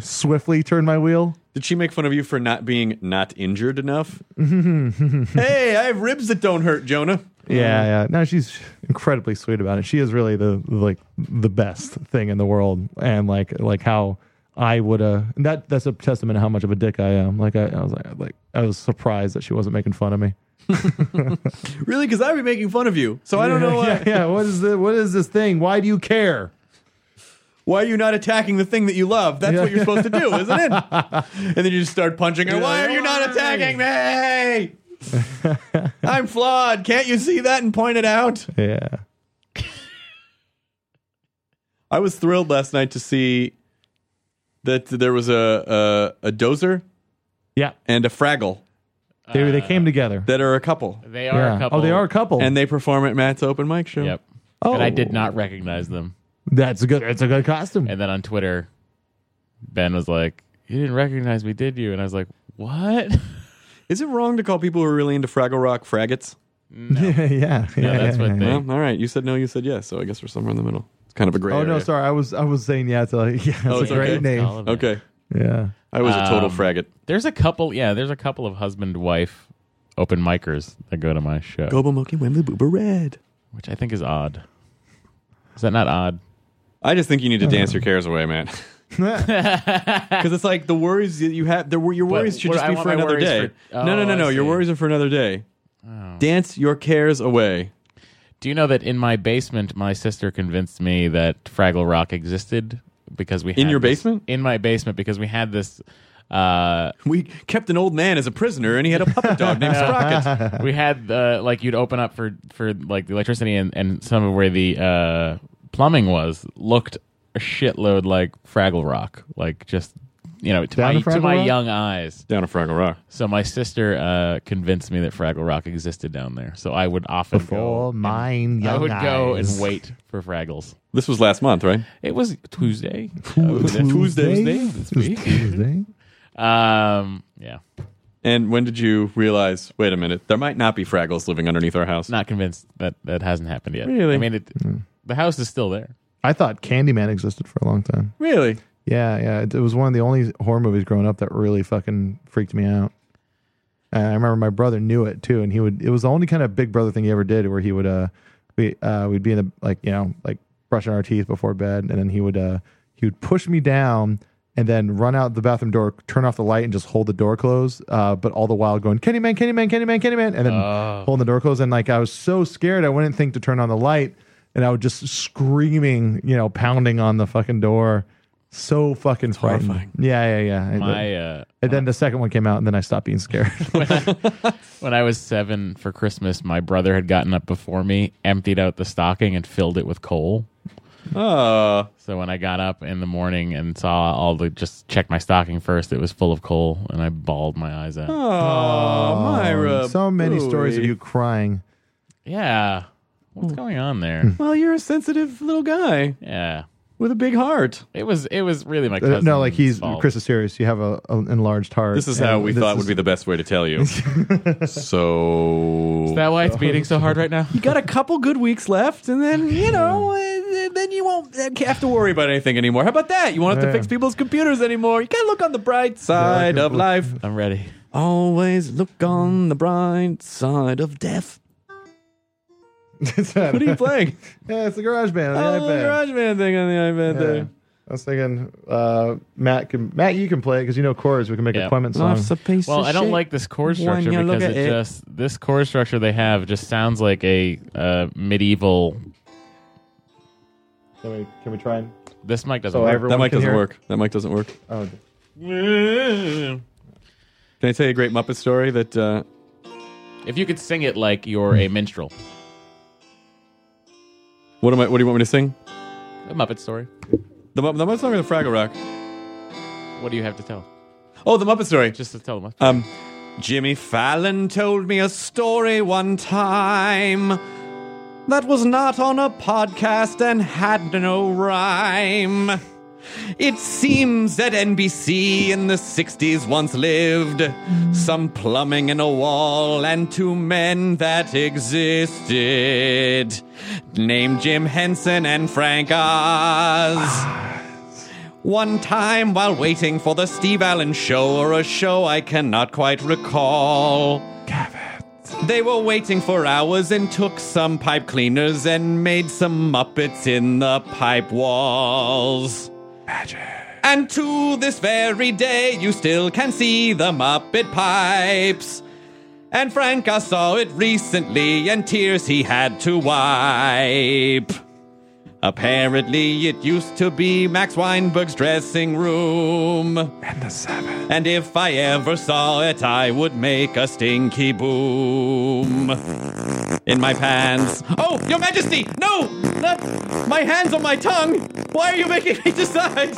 Speaker 2: swiftly turn my wheel
Speaker 1: Did she make fun of you for not being not injured enough? hey, I have ribs that don't hurt, Jonah.
Speaker 3: Um,
Speaker 2: Yeah, yeah. No, she's incredibly sweet about it. She is really the like the best thing in the world, and like like how I would uh and that that's a testament to how much of a dick I am. Like I, I was like like I was surprised that she wasn't making fun of me.
Speaker 1: Really? Because I'd be making fun of you. So I don't know uh, why.
Speaker 2: yeah, yeah. What is the what is this thing? Why do you care?
Speaker 1: Why are you not attacking the thing that you love? That's
Speaker 2: Yeah.
Speaker 1: what you're supposed to do, isn't it? and then you just start punching her. Why are you not attacking me? I'm flawed. Can't you see that and point it out?
Speaker 2: Yeah.
Speaker 1: I was thrilled last night to see that there was a a, a dozer
Speaker 2: Yeah.
Speaker 1: and a fraggle
Speaker 2: They they came together.
Speaker 1: that are a couple,
Speaker 3: They Uh, are
Speaker 2: Yeah.
Speaker 3: a couple.
Speaker 2: Oh, they are a couple.
Speaker 1: and they perform at Matt's open mic show.
Speaker 3: Yep.
Speaker 2: oh,
Speaker 3: And I did not recognize them.
Speaker 2: That's a good. That's a good costume.
Speaker 3: And then on Twitter, Ben was like, "You didn't recognize me, did you?" And I was like, "What?"
Speaker 1: Is it wrong to call people who are really into Fraggle Rock fraggots?
Speaker 2: yeah, yeah.
Speaker 3: No,
Speaker 2: yeah,
Speaker 3: that's
Speaker 2: yeah,
Speaker 3: what
Speaker 2: yeah.
Speaker 3: they.
Speaker 1: Well, all right. You said no. You said yes. So I guess we're somewhere in the middle. It's kind of a gray.
Speaker 2: Oh no,
Speaker 1: area.
Speaker 2: sorry. I was I was saying yeah. It's a, yeah, it's
Speaker 1: Oh,
Speaker 2: a
Speaker 1: it's
Speaker 2: great
Speaker 1: okay.
Speaker 2: name.
Speaker 3: All of it.
Speaker 1: Okay.
Speaker 2: Yeah.
Speaker 1: I was a total
Speaker 3: Um,
Speaker 1: fraggot.
Speaker 3: There's a couple. Yeah, there's a couple of husband wife open micers that go to my show,
Speaker 1: Gobo Monkey Wembley Booba Red.
Speaker 3: which I think is odd. Is that not odd?
Speaker 1: I just think you need to dance
Speaker 2: Uh-huh.
Speaker 1: your cares away, man. Because it's like the worries that you have, there were your
Speaker 3: But
Speaker 1: worries should
Speaker 3: where
Speaker 1: just
Speaker 3: I
Speaker 1: be
Speaker 3: want
Speaker 1: for
Speaker 3: my
Speaker 1: another
Speaker 3: worries
Speaker 1: day.
Speaker 3: for-
Speaker 1: no, no, no,
Speaker 3: Oh,
Speaker 1: no. Your
Speaker 3: I see. Oh.
Speaker 1: worries are for another day. Dance your cares away.
Speaker 3: Do you know that in my basement, my sister convinced me that Fraggle Rock existed because we
Speaker 1: In
Speaker 3: had
Speaker 1: your
Speaker 3: this-
Speaker 1: basement?
Speaker 3: in my basement because we had this. Uh,
Speaker 1: We kept an old man as a prisoner, and he had a puppet dog named Sprocket.
Speaker 3: we had uh, like you'd open up for for like the electricity and, and some of where the uh, plumbing was looked a shitload like Fraggle Rock, like just you know to
Speaker 2: Down
Speaker 3: my
Speaker 2: to
Speaker 3: to
Speaker 2: Fraggle
Speaker 3: my
Speaker 2: Rock?
Speaker 3: young eyes.
Speaker 1: Down at Fraggle Rock.
Speaker 3: So my sister uh, convinced me that Fraggle Rock existed down there. So I would often
Speaker 2: For
Speaker 3: go.
Speaker 2: mine,
Speaker 3: I
Speaker 2: young
Speaker 3: would go and
Speaker 2: eyes.
Speaker 3: wait for Fraggles.
Speaker 1: This was last month, right?
Speaker 3: It was Tuesday.
Speaker 1: Tuesday?
Speaker 2: This week. Tuesday.
Speaker 3: Um, yeah,
Speaker 1: And when did you realize? Wait a minute, there might not be Fraggles living underneath our house.
Speaker 3: not convinced that that hasn't happened yet.
Speaker 1: Really?
Speaker 3: I mean, it,
Speaker 2: Hmm.
Speaker 3: the house is still there.
Speaker 2: I thought Candyman existed for a long time.
Speaker 1: Really?
Speaker 2: Yeah, yeah. It, it was one of the only horror movies growing up that really fucking freaked me out. And I remember my brother knew it too, and he would. It was the only kind of big brother thing he ever did, where he would uh, we uh, we'd be in the like you know like brushing our teeth before bed, and then he would uh, he would push me down. And then run out the bathroom door, turn off the light, and just hold the door closed. Uh, but all the while going, Candyman, Candyman, Candyman, Candyman, and then holding the door closed. And like I was so scared, I wouldn't think to turn on the light, and I was just screaming, you know, pounding on the fucking door, so fucking frightened.
Speaker 1: horrifying.
Speaker 2: Yeah, yeah, yeah.
Speaker 3: My uh,
Speaker 2: and then the second one came out, and then I stopped being scared.
Speaker 3: When I was seven for Christmas, my brother had gotten up before me, emptied out the stocking, and filled it with coal.
Speaker 2: Ah.
Speaker 1: Oh,
Speaker 3: So when I got up in the morning and saw all the, just checked my stocking first, it was full of coal, and I bawled my eyes
Speaker 2: Ah.
Speaker 3: out.
Speaker 1: oh, Myra.
Speaker 2: so many stories of
Speaker 1: Bowie.
Speaker 2: you crying.
Speaker 3: Yeah,
Speaker 2: Hmm.
Speaker 3: what's going on there?
Speaker 1: Well, you're a sensitive little guy
Speaker 3: yeah,
Speaker 1: with a big heart.
Speaker 3: it was it was really my
Speaker 2: Uh,
Speaker 3: cousin's
Speaker 2: no, like he's
Speaker 3: fault.
Speaker 2: Chris is serious. You have a, a enlarged heart.
Speaker 1: This is how
Speaker 2: and
Speaker 1: we
Speaker 2: this
Speaker 1: thought
Speaker 2: is-
Speaker 1: would be the best way to tell you. so
Speaker 3: Is that why it's beating so hard right now?
Speaker 1: you got a couple good weeks left, and then you know, eh, then you won't have to worry about anything anymore. How about that? You won't have to
Speaker 2: Yeah.
Speaker 1: fix people's computers anymore. You gotta look on the bright side
Speaker 2: can
Speaker 1: of
Speaker 2: look-
Speaker 1: life.
Speaker 3: I'm ready.
Speaker 1: Always look on the bright side of death.
Speaker 2: It's that-
Speaker 1: What are you playing?
Speaker 2: yeah, it's the garage band.
Speaker 1: oh,
Speaker 2: On
Speaker 1: the
Speaker 2: the iPad.
Speaker 1: GarageBand thing on the iPad
Speaker 2: Yeah.
Speaker 1: there.
Speaker 2: I was thinking, uh, Matt, can, Matt, you can play it because you know chords. We can make
Speaker 3: Yeah.
Speaker 2: a Clement song.
Speaker 1: Life's a piece
Speaker 3: Well,
Speaker 1: of
Speaker 3: I don't
Speaker 1: shit.
Speaker 3: like this chord
Speaker 1: When
Speaker 3: structure
Speaker 1: you look
Speaker 3: because
Speaker 1: at
Speaker 3: it,
Speaker 1: it.
Speaker 3: just this chord structure they have just sounds like a uh, medieval.
Speaker 2: Can we can we try and?
Speaker 3: This mic doesn't
Speaker 2: So
Speaker 3: work.
Speaker 2: everyone
Speaker 1: That mic
Speaker 2: can
Speaker 1: doesn't
Speaker 2: hear it?
Speaker 1: work. That mic doesn't work.
Speaker 2: Oh,
Speaker 1: Can I tell you a great Muppet story that uh,
Speaker 3: If you could sing it like you're a minstrel,
Speaker 1: what am I what do you want me to sing?
Speaker 3: a Muppet story.
Speaker 1: The, Mu- the Muppet song or the Fraggle Rock?
Speaker 3: What do you have to tell?
Speaker 1: Oh, the Muppet story.
Speaker 3: Just to tell them.
Speaker 1: Um, Jimmy Fallon told me a story one time that was not on a podcast and had no rhyme. It seems that NBC in the 60s once lived some plumbing in a wall and two men that existed named Jim Henson and Frank Oz. One time while waiting for the Steve Allen show or a show I cannot quite recall. They were waiting for hours and took some pipe cleaners and made some muppets in the pipe walls. Magic. And to this very day, you still can see the muppet pipes. And Frank, I saw it recently, and tears he had to wipe. Apparently, it used to be Max Weinberg's dressing room. And the seven. And if I ever saw it, I would make a stinky boom in my pants. Oh, Your Majesty! No! Not my hands on my tongue! Why are you making me decide?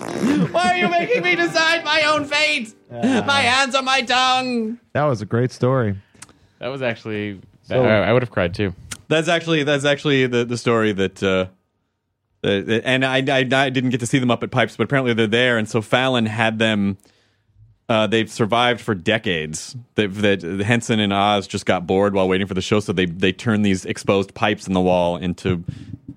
Speaker 1: Why are you making me decide my own fate? my hands on my tongue!
Speaker 2: that was a great story.
Speaker 3: That was actually.
Speaker 2: So-
Speaker 3: I, I would have cried too.
Speaker 1: That's actually that's actually the the story that. Uh, uh, and I, I, I didn't get to see them up at Pipes, but apparently they're there. And so Fallon had them. Uh, they've survived for decades. They've, that Henson and Oz just got bored while waiting for the show, so they they turned these exposed pipes in the wall into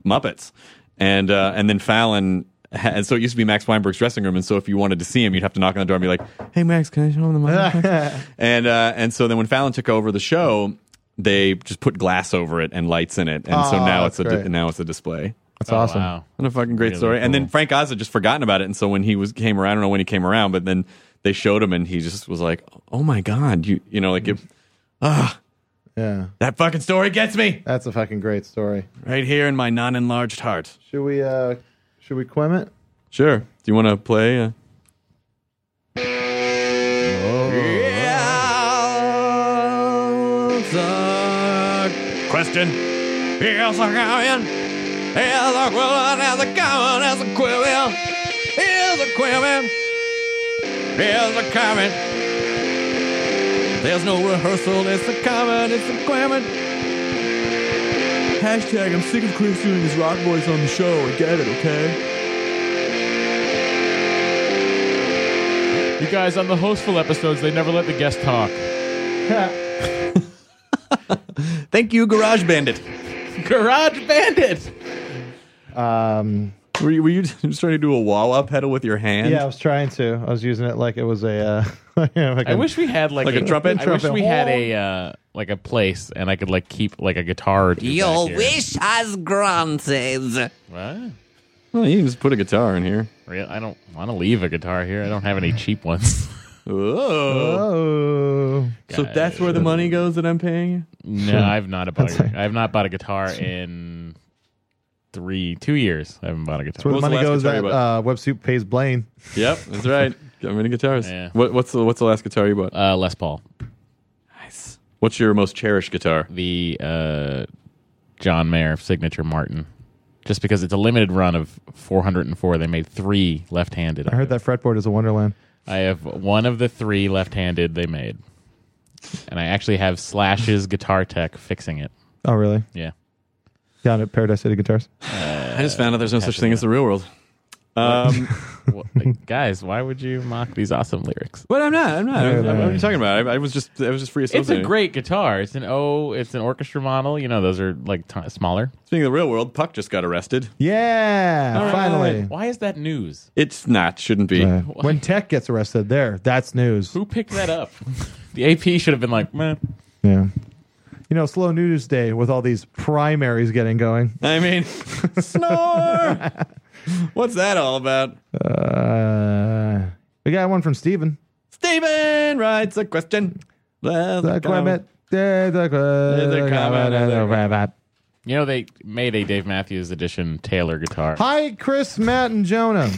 Speaker 1: Muppets, and uh, and then Fallon. ha- And so it used to be Max Weinberg's dressing room, and so if you wanted to see him, you'd have to knock on the door and be like, "Hey, Max, can I show him the Muppets?" and uh, and so then when Fallon took over the show, they just put glass over it and lights in it, and so
Speaker 2: Aw,
Speaker 1: now it's
Speaker 2: that's
Speaker 1: a di-
Speaker 2: great.
Speaker 1: now it's a display.
Speaker 2: That's awesome.
Speaker 3: Oh, Wow.
Speaker 1: What a fucking great story! And then Frank Oz had just forgotten about it, and so when he was came around, I don't know when he came around, but then they showed him, and he just was like, "Oh my god, you you know like it,
Speaker 2: Yeah,
Speaker 1: that fucking story gets me
Speaker 2: that's a fucking great story.
Speaker 1: right here in my non-enlarged heart."
Speaker 2: Should we uh, should we quim it?
Speaker 1: Sure. Do you want to play? Uh... question. Here's a comment. Here's a question. Here's a comment. Here's a quibble. Here's a quibble. Here's a comment. There's no rehearsal. It's a comment. It's a quibble. Hashtag, I'm sick of Chris doing his rock voice on the show. I get it, okay?
Speaker 3: You guys on the hostful episodes, they never let the guest talk.
Speaker 1: Thank you, Garage Bandit.
Speaker 3: Garage Bandit.
Speaker 2: Um,
Speaker 1: Were you, were you just trying to do a wah wah pedal with your hand?
Speaker 2: yeah, I was trying to. I was using it like it was a. Uh, you know, like
Speaker 3: I
Speaker 2: a-
Speaker 3: wish we had like,
Speaker 1: Like a trumpet?
Speaker 3: I
Speaker 2: Trumpet.
Speaker 3: wish we had a uh, like a place and I could like keep like a guitar. or two back here.
Speaker 5: has granted.
Speaker 3: What?
Speaker 1: Well, Oh, you can just put a guitar in here.
Speaker 3: Real? I don't want to leave a guitar here. I don't have any cheap ones.
Speaker 1: Oh.
Speaker 2: Oh,
Speaker 1: So that's where the money goes that I'm paying you?
Speaker 3: no, I've not bought. A, I've not bought a guitar in three, two years. I haven't bought a
Speaker 2: that's where
Speaker 3: guitar.
Speaker 2: the
Speaker 1: What was the last
Speaker 2: money goes.
Speaker 1: guitar you
Speaker 2: That
Speaker 1: bought?
Speaker 2: uh, Web Soup pays Blaine.
Speaker 1: Yep, that's right. Got many guitars.
Speaker 3: Yeah.
Speaker 1: What, what's, the, what's the last guitar you bought?
Speaker 3: Uh, Les Paul,
Speaker 1: What's your most cherished guitar?
Speaker 3: the uh, John Mayer signature Martin. just because it's a limited run of 404. They made three left-handed.
Speaker 2: I heard that fretboard is a wonderland.
Speaker 3: I have one of the three left-handed they made, and I actually have Slash's guitar tech fixing it.
Speaker 2: Oh, really?
Speaker 3: Yeah,
Speaker 2: Down at Paradise City Guitars.
Speaker 1: I just found out there's no such thing as the real world. Um,
Speaker 3: Well, guys, why would you mock these awesome lyrics?
Speaker 1: but I'm not. I'm not.
Speaker 2: Yeah,
Speaker 1: I'm-
Speaker 2: yeah,
Speaker 1: what are
Speaker 2: yeah.
Speaker 1: you talking about? I, I was just. I was just free
Speaker 3: It's a
Speaker 1: associating.
Speaker 3: great guitar. It's an O. It's an orchestra model. You know, those are like t- smaller.
Speaker 1: Speaking of the real world, Puck just got arrested.
Speaker 2: Yeah, finally.
Speaker 3: Why is that news?
Speaker 1: It's not. Shouldn't be.
Speaker 2: Yeah. When Tech gets arrested, there, that's news.
Speaker 3: Who picked that up? the AP should have been like, man,
Speaker 2: Yeah. You know, slow news day with all these primaries getting going.
Speaker 1: I mean, snore. What's that all about?
Speaker 2: Uh, we got one from Steven.
Speaker 1: Steven writes a question. There's
Speaker 2: The
Speaker 1: a comment.
Speaker 2: climate- the- the-
Speaker 1: a comment,
Speaker 2: the- the-
Speaker 3: you know they made a Dave Matthews edition Taylor guitar.
Speaker 2: Hi, Chris, Matt, and Jonah.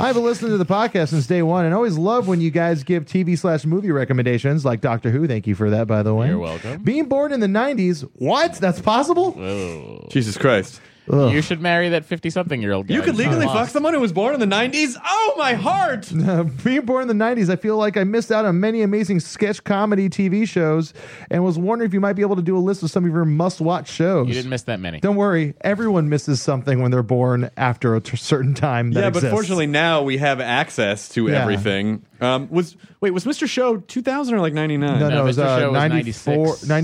Speaker 2: I've been listening to the podcast since day one and always love when you guys give TV slash movie recommendations like Doctor Who. Thank you for that, by the way.
Speaker 3: You're welcome.
Speaker 2: Being born in the 90s, what? That's possible?
Speaker 3: Whoa.
Speaker 1: Jesus Christ.
Speaker 3: You should marry that fifty-something-year-old guy.
Speaker 1: You could legally fuck someone who was born in the 90s? Oh, my heart!
Speaker 2: Being born in the 90s, I feel like I missed out on many amazing sketch comedy TV shows and was wondering if you might be able to do a list of some of your must watch shows.
Speaker 3: You didn't miss that many.
Speaker 2: Don't worry, everyone misses something when they're born after a t- certain time. That
Speaker 1: yeah, but
Speaker 2: exists.
Speaker 1: fortunately now we have access to
Speaker 2: Yeah.
Speaker 1: everything. Um, was Wait, was Mr. Show 2000 or like 99?
Speaker 2: No, no,
Speaker 3: No,
Speaker 2: it was,
Speaker 3: Mr. Show
Speaker 2: uh,
Speaker 3: was
Speaker 2: 94,
Speaker 3: 96.
Speaker 2: 94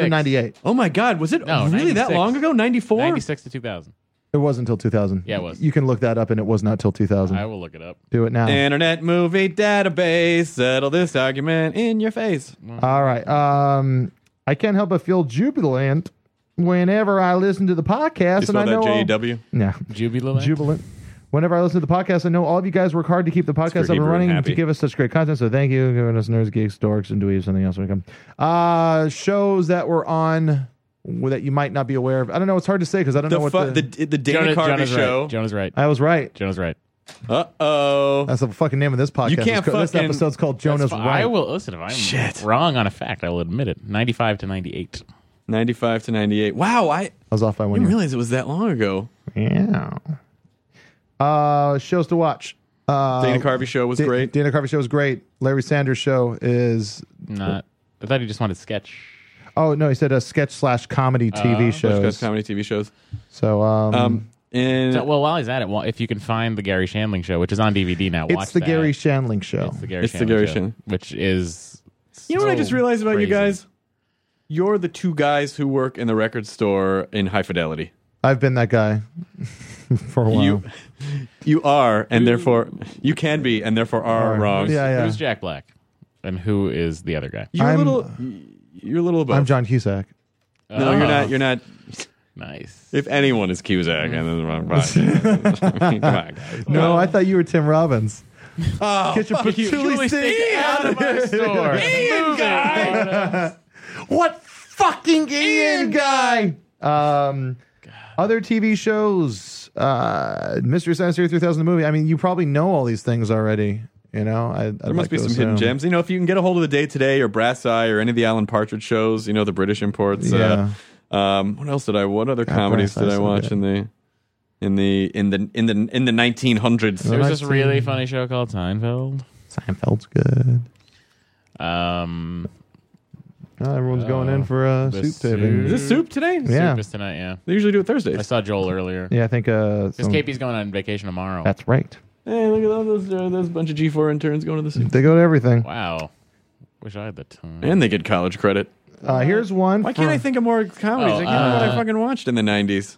Speaker 2: to
Speaker 3: 96.
Speaker 2: 98.
Speaker 1: Oh my god, was it
Speaker 3: No,
Speaker 1: really
Speaker 3: 96.
Speaker 1: that long ago? 94?
Speaker 3: Ninety-six to two thousand.
Speaker 2: It wasn't until 2000.
Speaker 3: Yeah, it was.
Speaker 2: You can look that up, and it was not till 2000.
Speaker 3: I will look it up.
Speaker 2: Do it now.
Speaker 1: Internet Movie Database, settle this argument in your face.
Speaker 2: All right. Um, I can't help but feel jubilant whenever I listen to the podcast,
Speaker 1: You
Speaker 2: and
Speaker 1: spell
Speaker 2: I know
Speaker 1: that E
Speaker 2: all-
Speaker 1: J-E-W?
Speaker 2: Yeah,
Speaker 3: Jubilant.
Speaker 2: jubilant. Whenever I listen to the podcast, I know all of you guys work hard to keep the podcast up and
Speaker 1: Hebrew and
Speaker 2: running and to
Speaker 1: happy.
Speaker 2: give us such great content. So thank you, giving us nerds, geeks, dorks, and dweebs, something else when we come. Uh, shows that we're on that you might not be aware of. I don't know. It's hard to say because I don't know
Speaker 1: The,
Speaker 2: what
Speaker 1: fu-
Speaker 2: the,
Speaker 1: the, the, Dana
Speaker 3: Jonah,
Speaker 1: Carvey
Speaker 3: Jonah's
Speaker 1: Show.
Speaker 3: right. Jonah's right.
Speaker 2: I was right.
Speaker 3: Jonah's right.
Speaker 1: Uh-oh.
Speaker 2: That's the fucking name of this podcast.
Speaker 1: You can't
Speaker 2: It's co- this
Speaker 1: fucking-
Speaker 2: episode's called Jonah's
Speaker 3: That's fi-
Speaker 2: Right.
Speaker 3: I will listen if I'm wrong on a fact. I will admit it. Ninety-five to ninety-eight.
Speaker 1: 95 to 98. Wow, I
Speaker 2: I was off by one
Speaker 1: didn't
Speaker 2: year.
Speaker 1: realize it was that long ago.
Speaker 2: Yeah. Uh, shows to watch. Uh,
Speaker 1: Dana Carvey Show was
Speaker 2: Da-
Speaker 1: great.
Speaker 2: Dana Carvey show is great. Larry Sanders show is.
Speaker 3: Not. I thought he just wanted sketch.
Speaker 2: Oh no, he said a sketch slash comedy TV
Speaker 1: Best
Speaker 2: shows.
Speaker 1: Uh, comedy TV shows.
Speaker 2: So um,
Speaker 1: Um, and
Speaker 3: So, well, while he's at it, well, if you can find the Gary Shandling show, which is on DVD now, watch
Speaker 2: it's the
Speaker 3: that.
Speaker 2: Gary Shandling show.
Speaker 3: It's the Gary
Speaker 1: It's the
Speaker 3: Shandling
Speaker 1: Gary
Speaker 3: show,
Speaker 1: Shan-
Speaker 3: which is.
Speaker 1: You know what I
Speaker 3: so
Speaker 1: just realized about
Speaker 3: crazy.
Speaker 1: you guys? You're the two guys who work in the record store in High Fidelity.
Speaker 2: I've been that guy for a while.
Speaker 1: You, you are, and therefore you can be, and therefore are
Speaker 2: Are.
Speaker 1: wrong.
Speaker 2: Yeah, yeah.
Speaker 3: Who's Jack Black, and who is the other guy?
Speaker 1: You're
Speaker 2: I'm-
Speaker 1: a little. You're a little above.
Speaker 2: I'm John Cusack.
Speaker 1: No, you're
Speaker 3: Oh.
Speaker 1: not. You're not.
Speaker 3: Ah, Nice.
Speaker 1: If anyone is Cusack, and then the wrong podcast. I mean, come on, guys.
Speaker 2: No, I thought you were Tim Robbins.
Speaker 1: Oh,
Speaker 2: Get your
Speaker 1: fuck you.
Speaker 2: patchouli
Speaker 1: Patchouli
Speaker 2: stick
Speaker 1: stick
Speaker 2: out of my store.
Speaker 1: Ian guy.
Speaker 2: What fucking Ian
Speaker 1: Ian
Speaker 2: guy? Um, other TV shows, uh, Mystery Science Theater 3000, the movie. I mean, you probably know all these things already. You know, I,
Speaker 1: There must be some hidden gems. You know, if you can get a hold of the day today or Brass Eye or any of the Alan Partridge shows, you know, the British imports.
Speaker 2: Yeah.
Speaker 1: Uh, um, what else did I? What other
Speaker 2: God,
Speaker 1: comedies
Speaker 2: Brass Eye's
Speaker 1: did I
Speaker 2: so
Speaker 1: watch
Speaker 2: good.
Speaker 1: in the in the in the in the in the nineteen hundreds?
Speaker 3: There was
Speaker 2: I've
Speaker 3: this
Speaker 2: seen-
Speaker 3: really funny show called Seinfeld.
Speaker 2: Seinfeld's good.
Speaker 3: Um,
Speaker 2: Uh, everyone's going in for a
Speaker 3: the
Speaker 2: soup taping.
Speaker 3: soup.
Speaker 1: Is this soup today?
Speaker 2: Yeah.
Speaker 3: Soup is tonight. Yeah,
Speaker 1: They usually do it
Speaker 3: I
Speaker 1: Thursdays.
Speaker 3: saw Joel earlier.
Speaker 2: Yeah, I think. Uh,
Speaker 3: Because
Speaker 2: some-
Speaker 3: KP's going on vacation tomorrow.
Speaker 2: that's right.
Speaker 1: Hey, look at all those uh, those bunch of G four interns going to the soup,
Speaker 2: They go to everything.
Speaker 3: wow. Wish I had the time.
Speaker 1: and they get college credit.
Speaker 2: Uh, here's one.
Speaker 1: Why can't
Speaker 2: for-
Speaker 1: I think of more comedies?
Speaker 3: Oh,
Speaker 1: I can't remember what
Speaker 3: uh,
Speaker 1: I fucking watched in the nineties.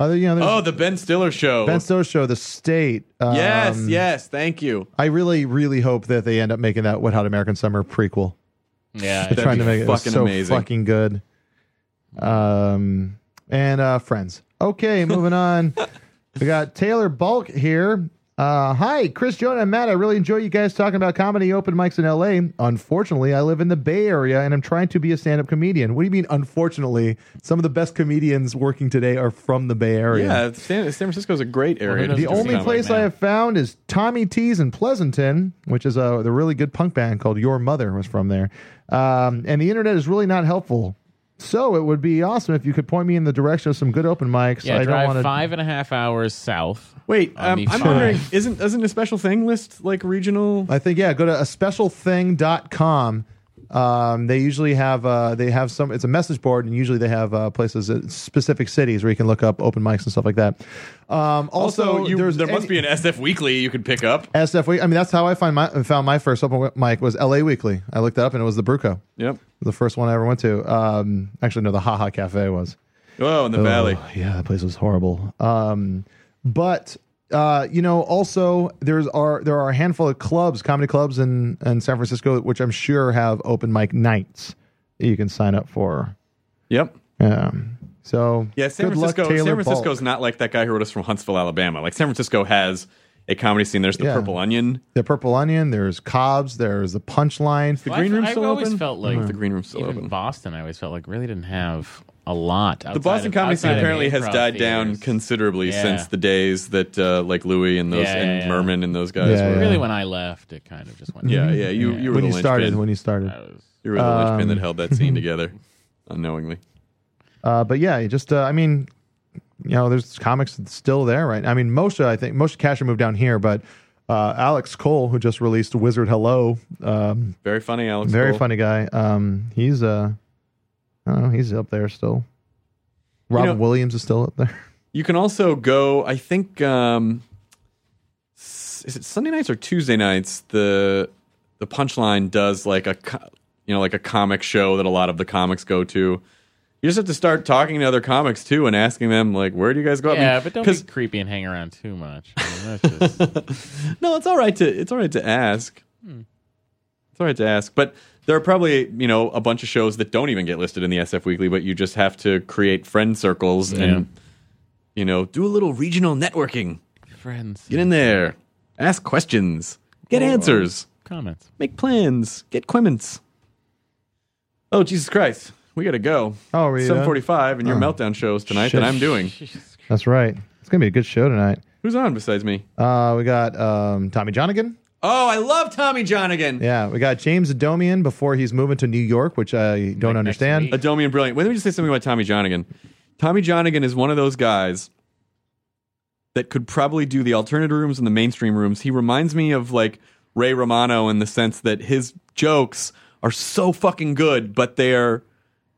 Speaker 2: Other, you know, there's
Speaker 1: Oh, the Ben Stiller show.
Speaker 2: Ben Stiller show, The State. Um,
Speaker 1: yes, yes, thank you.
Speaker 2: I really, really hope that they end up making that What Hot American Summer prequel.
Speaker 3: yeah,
Speaker 2: They're trying to
Speaker 1: be
Speaker 2: make it
Speaker 1: fucking
Speaker 2: so
Speaker 1: amazing.
Speaker 2: fucking good. Um, and uh, friends. Okay, moving on. we got Taylor Bulk here. Uh, hi, Chris, Jonah, and Matt. I really enjoy you guys talking about comedy open mics in LA. Unfortunately, I live in the Bay Area and I'm trying to be a stand up comedian. What do you mean, unfortunately? Some of the best comedians working today are from the Bay Area.
Speaker 1: Yeah, San, San Francisco's a great area.
Speaker 3: Well,
Speaker 1: to do
Speaker 2: The
Speaker 3: who doesn't
Speaker 2: only
Speaker 3: sound
Speaker 1: comedy.
Speaker 2: place
Speaker 3: like
Speaker 2: I
Speaker 3: that.
Speaker 2: have found is Tommy T's in Pleasanton, which is a the really good punk band called Your Mother was from there. Um, and the internet is really not helpful. So it would be awesome if you could point me in the direction of some good open mics.
Speaker 3: Yeah,
Speaker 2: I don't
Speaker 3: drive
Speaker 2: want to.
Speaker 3: five and a half hours south.
Speaker 1: Wait,
Speaker 3: On
Speaker 1: um,
Speaker 3: the
Speaker 1: I'm
Speaker 3: five.
Speaker 1: wondering, isn't doesn't a special thing list like regional?
Speaker 2: I think yeah, go to a specialthing.com. Um, they usually have uh, they have some. It's a message board, and usually they have uh, places in specific cities where you can look up open mics and stuff like that. Um, also,
Speaker 1: you,
Speaker 2: there's
Speaker 1: there must be
Speaker 2: any-
Speaker 1: an SF Weekly you could pick up.
Speaker 2: SF. Week- I mean, that's how I find my found my first open mic was LA Weekly. I looked it up, and it was the Bruco,
Speaker 1: Yep.
Speaker 2: the first one I ever went to. Um, actually, no, the Haha Cafe was.
Speaker 1: Oh, in the
Speaker 2: Oh,
Speaker 1: valley.
Speaker 2: Yeah, that place was horrible. Um, but uh, you know, also there's are there are a handful of clubs, comedy clubs in in San Francisco, which I'm sure have open mic nights that you can sign up for.
Speaker 1: Yep.
Speaker 2: Yeah. So
Speaker 1: Yeah, San
Speaker 2: good
Speaker 1: Francisco.
Speaker 2: Luck, Taylor
Speaker 1: San
Speaker 2: Bulk.
Speaker 1: Francisco's not like that guy who wrote us from Huntsville, Alabama. Like San Francisco has a comedy scene. There's the
Speaker 2: Yeah.
Speaker 1: Purple Onion.
Speaker 2: The Purple Onion. There's Cobb's. There's the Punchline.
Speaker 1: The
Speaker 3: Well,
Speaker 1: green
Speaker 3: I,
Speaker 1: room's
Speaker 3: I've
Speaker 1: still
Speaker 3: always
Speaker 1: open.
Speaker 3: felt like
Speaker 1: the green room's still
Speaker 3: even
Speaker 1: open.
Speaker 3: Boston, I always felt like really didn't have a lot.
Speaker 1: The Boston comedy scene apparently has died down considerably
Speaker 3: Yeah.
Speaker 1: since the days that uh, like Louis and those
Speaker 3: Yeah,
Speaker 1: and
Speaker 3: yeah, yeah.
Speaker 1: Merman and those guys
Speaker 2: Yeah,
Speaker 1: were.
Speaker 2: yeah.
Speaker 3: Really, when I left, it kind of just went.
Speaker 1: Yeah, yeah. You you were
Speaker 2: when
Speaker 1: the
Speaker 2: you started.
Speaker 1: linchpin.
Speaker 2: When you started.
Speaker 3: I was-
Speaker 1: you were the linchpin
Speaker 2: Um,
Speaker 1: that held that scene together, unknowingly.
Speaker 2: Uh, but yeah, you just uh, I mean, you know, there's comics that's still there, right? I mean, Moshe, I think Moshe Kasher moved down here, but uh, Alex Cole, who just released Wizard Hello, um,
Speaker 1: Very funny, Alex.
Speaker 2: very
Speaker 1: Cole.
Speaker 2: funny guy. Um, he's uh, I don't know, he's up there still. Robin
Speaker 1: know-
Speaker 2: Williams is still up there.
Speaker 1: You can also go. I think um, s- is it Sunday nights or Tuesday nights? The the punchline does like a co- you know like a comic show that a lot of the comics go to. You just have to start talking to other comics too and asking them like, where do you guys go? I mean,
Speaker 3: Yeah, but don't
Speaker 1: 'cause-
Speaker 3: be creepy and hang around too much. I mean, that's just-
Speaker 1: No, it's all right to it's all right to ask.
Speaker 3: Hmm.
Speaker 1: It's all right to ask, but there are probably you know a bunch of shows that don't even get listed in the SF Weekly, but you just have to create friend circles and you know do a little regional networking.
Speaker 3: friends,
Speaker 1: Get in there, ask questions, get answers,
Speaker 3: comments.
Speaker 1: make plans, get quiments. Oh Jesus Christ, we gotta go.
Speaker 2: Oh, are we oh. done?
Speaker 1: seven forty-five, and your meltdown shows tonight
Speaker 2: Shit.
Speaker 1: that I'm doing.
Speaker 2: That's right. It's gonna be a good show tonight.
Speaker 1: Who's on besides me?
Speaker 2: Uh, we got um, Tommy Johnigan.
Speaker 1: Oh, I love Tommy John again.
Speaker 2: Yeah, we got James Adomian before he's moving to New York, which I don't understand.
Speaker 3: week.
Speaker 1: Adomian Brilliant. Wait, let me just say something about Tommy Johnigan. Tommy Johnigan is one of those guys that could probably do the alternative rooms and the mainstream rooms. He reminds me of like Ray Romano in the sense that his jokes are so fucking good, but they're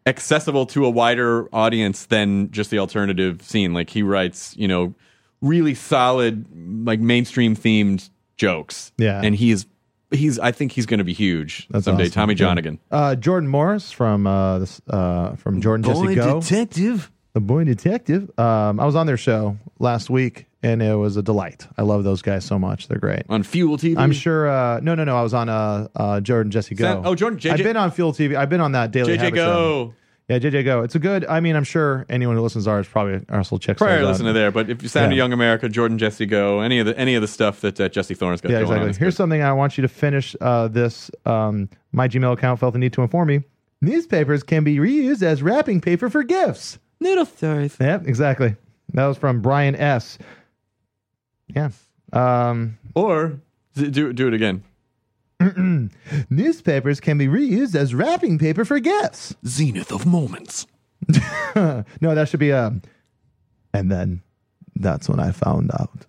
Speaker 1: accessible to a wider audience than just the alternative scene. Like he writes, you know, really solid, like mainstream themed jokes.
Speaker 2: Yeah.
Speaker 1: And he is, he's, I think he's going to be huge
Speaker 2: That's
Speaker 1: someday.
Speaker 2: awesome.
Speaker 1: Tommy
Speaker 2: Yeah.
Speaker 1: Johnigan.
Speaker 2: Uh, Jordan Morris from uh, this, uh, from Jordan Jesse Go.
Speaker 1: detective.
Speaker 2: The Boy Detective. Um, I was on their show last week, and it was a delight. I love those guys so much; they're great.
Speaker 1: on Fuel TV.
Speaker 2: I'm sure. Uh, no, no, no. I was on uh, uh, Jordan Jesse Go.
Speaker 1: Sam- oh, Jordan, JJ
Speaker 2: I've been on Fuel TV. I've been on that daily.
Speaker 1: JJ
Speaker 2: Habit show.
Speaker 1: Go.
Speaker 2: Yeah, JJ Go. It's a good. I mean, I'm sure anyone who listens to ours probably also checks.
Speaker 1: Prior
Speaker 2: those
Speaker 1: to
Speaker 2: out.
Speaker 1: listen to there, but if you sound
Speaker 2: Yeah.
Speaker 1: of Young America, Jordan Jesse Go, any of the any of the stuff that uh, Jesse Thorne has got
Speaker 2: Yeah,
Speaker 1: going
Speaker 2: exactly.
Speaker 1: on. is
Speaker 2: Here's
Speaker 1: good.
Speaker 2: something I want you to finish. Uh, this um, my Gmail account felt the need to inform me. Newspapers can be reused as wrapping paper for gifts.
Speaker 5: Noodle stories.
Speaker 2: Yep, exactly. That was from Brian S. Yeah. Um,
Speaker 1: or d- do do it again.
Speaker 2: newspapers can be reused as wrapping paper for gifts.
Speaker 5: Zenith of moments.
Speaker 2: No, that should be um. And then that's when I found out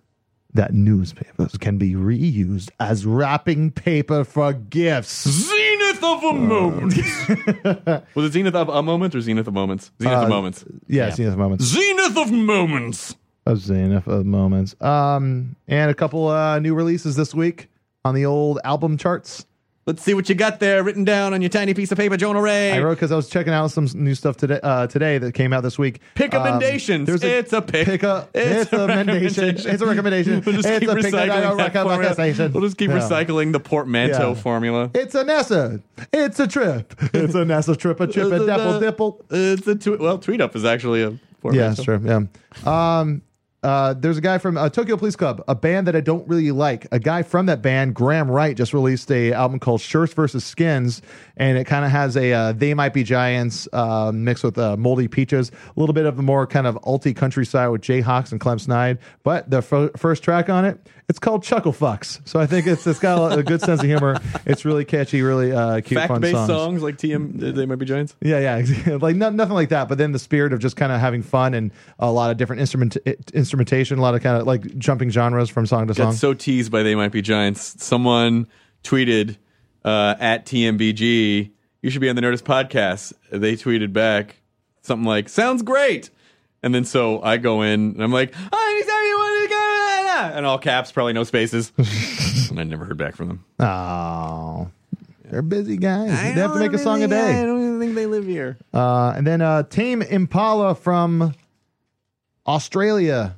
Speaker 2: that newspapers can be reused as wrapping paper for gifts.
Speaker 1: Zenith of a moment. Was it Zenith of a moment or Zenith of moments? Zenith
Speaker 2: Uh,
Speaker 1: of moments.
Speaker 2: Yeah, zenith moments.
Speaker 5: Zenith of moments.
Speaker 2: Of zenith of moments. Um, and a couple uh, new releases this week on the old album charts.
Speaker 1: Let's see what you got there written down on your tiny piece of paper, Jonah
Speaker 2: I
Speaker 1: Ray.
Speaker 2: wrote because I was checking out some new stuff today. Uh, today that came out this week. Um,
Speaker 1: Pickumendations.
Speaker 2: there's
Speaker 1: It's a pick.
Speaker 2: Pick a, it's, a recommendation. It's a recommendation.
Speaker 1: We'll just
Speaker 2: it's
Speaker 1: keep
Speaker 2: a pick
Speaker 1: recycling.
Speaker 2: a
Speaker 1: that formula.
Speaker 2: recommendation.
Speaker 1: We'll just keep
Speaker 2: Yeah.
Speaker 1: recycling the portmanteau
Speaker 2: Yeah.
Speaker 1: formula.
Speaker 2: It's a NASA. It's a trip. It's a NASA trip. A trip. A dapple dipple.
Speaker 1: Uh, It's a tw- well, tweet up is actually a
Speaker 2: Yeah, that's true. Yeah. Um, Uh, there's a guy from uh, Tokyo Police Club, a band that I don't really like. A guy from that band, Graham Wright, just released a album called Shirts versus Skins, and it kind of has a uh, They Might Be Giants uh, mixed with uh, Moldy Peaches, a little bit of the more kind of alty countryside with Jay Hawks and Clem Snide. But the fir- first track on it, it's called Chuckle Fucks. So I think it's it's got a, a good sense of humor. It's really catchy, really uh, cute,
Speaker 1: Fact
Speaker 2: fun
Speaker 1: based songs.
Speaker 2: songs.
Speaker 1: like TM, they might be giants.
Speaker 2: Yeah, yeah, exactly. like no, nothing like that. But then the spirit of just kind of having fun and a lot of different instrument i- instrumentation, a lot of kind of like jumping genres from song to song.
Speaker 1: Got so teased by they might be giants. Someone tweeted uh, at TMBG, you should be on the Nerdist podcast. They tweeted back something like, sounds great. And then so I go in and I'm like, "Oh, anytime you want to go, and all caps, probably no spaces. and I never heard back from them.
Speaker 2: oh, they're busy guys. They have to make a song a
Speaker 1: I
Speaker 2: day.
Speaker 1: don't even think they live here.
Speaker 2: Uh, and then uh, Tame Impala from Australia.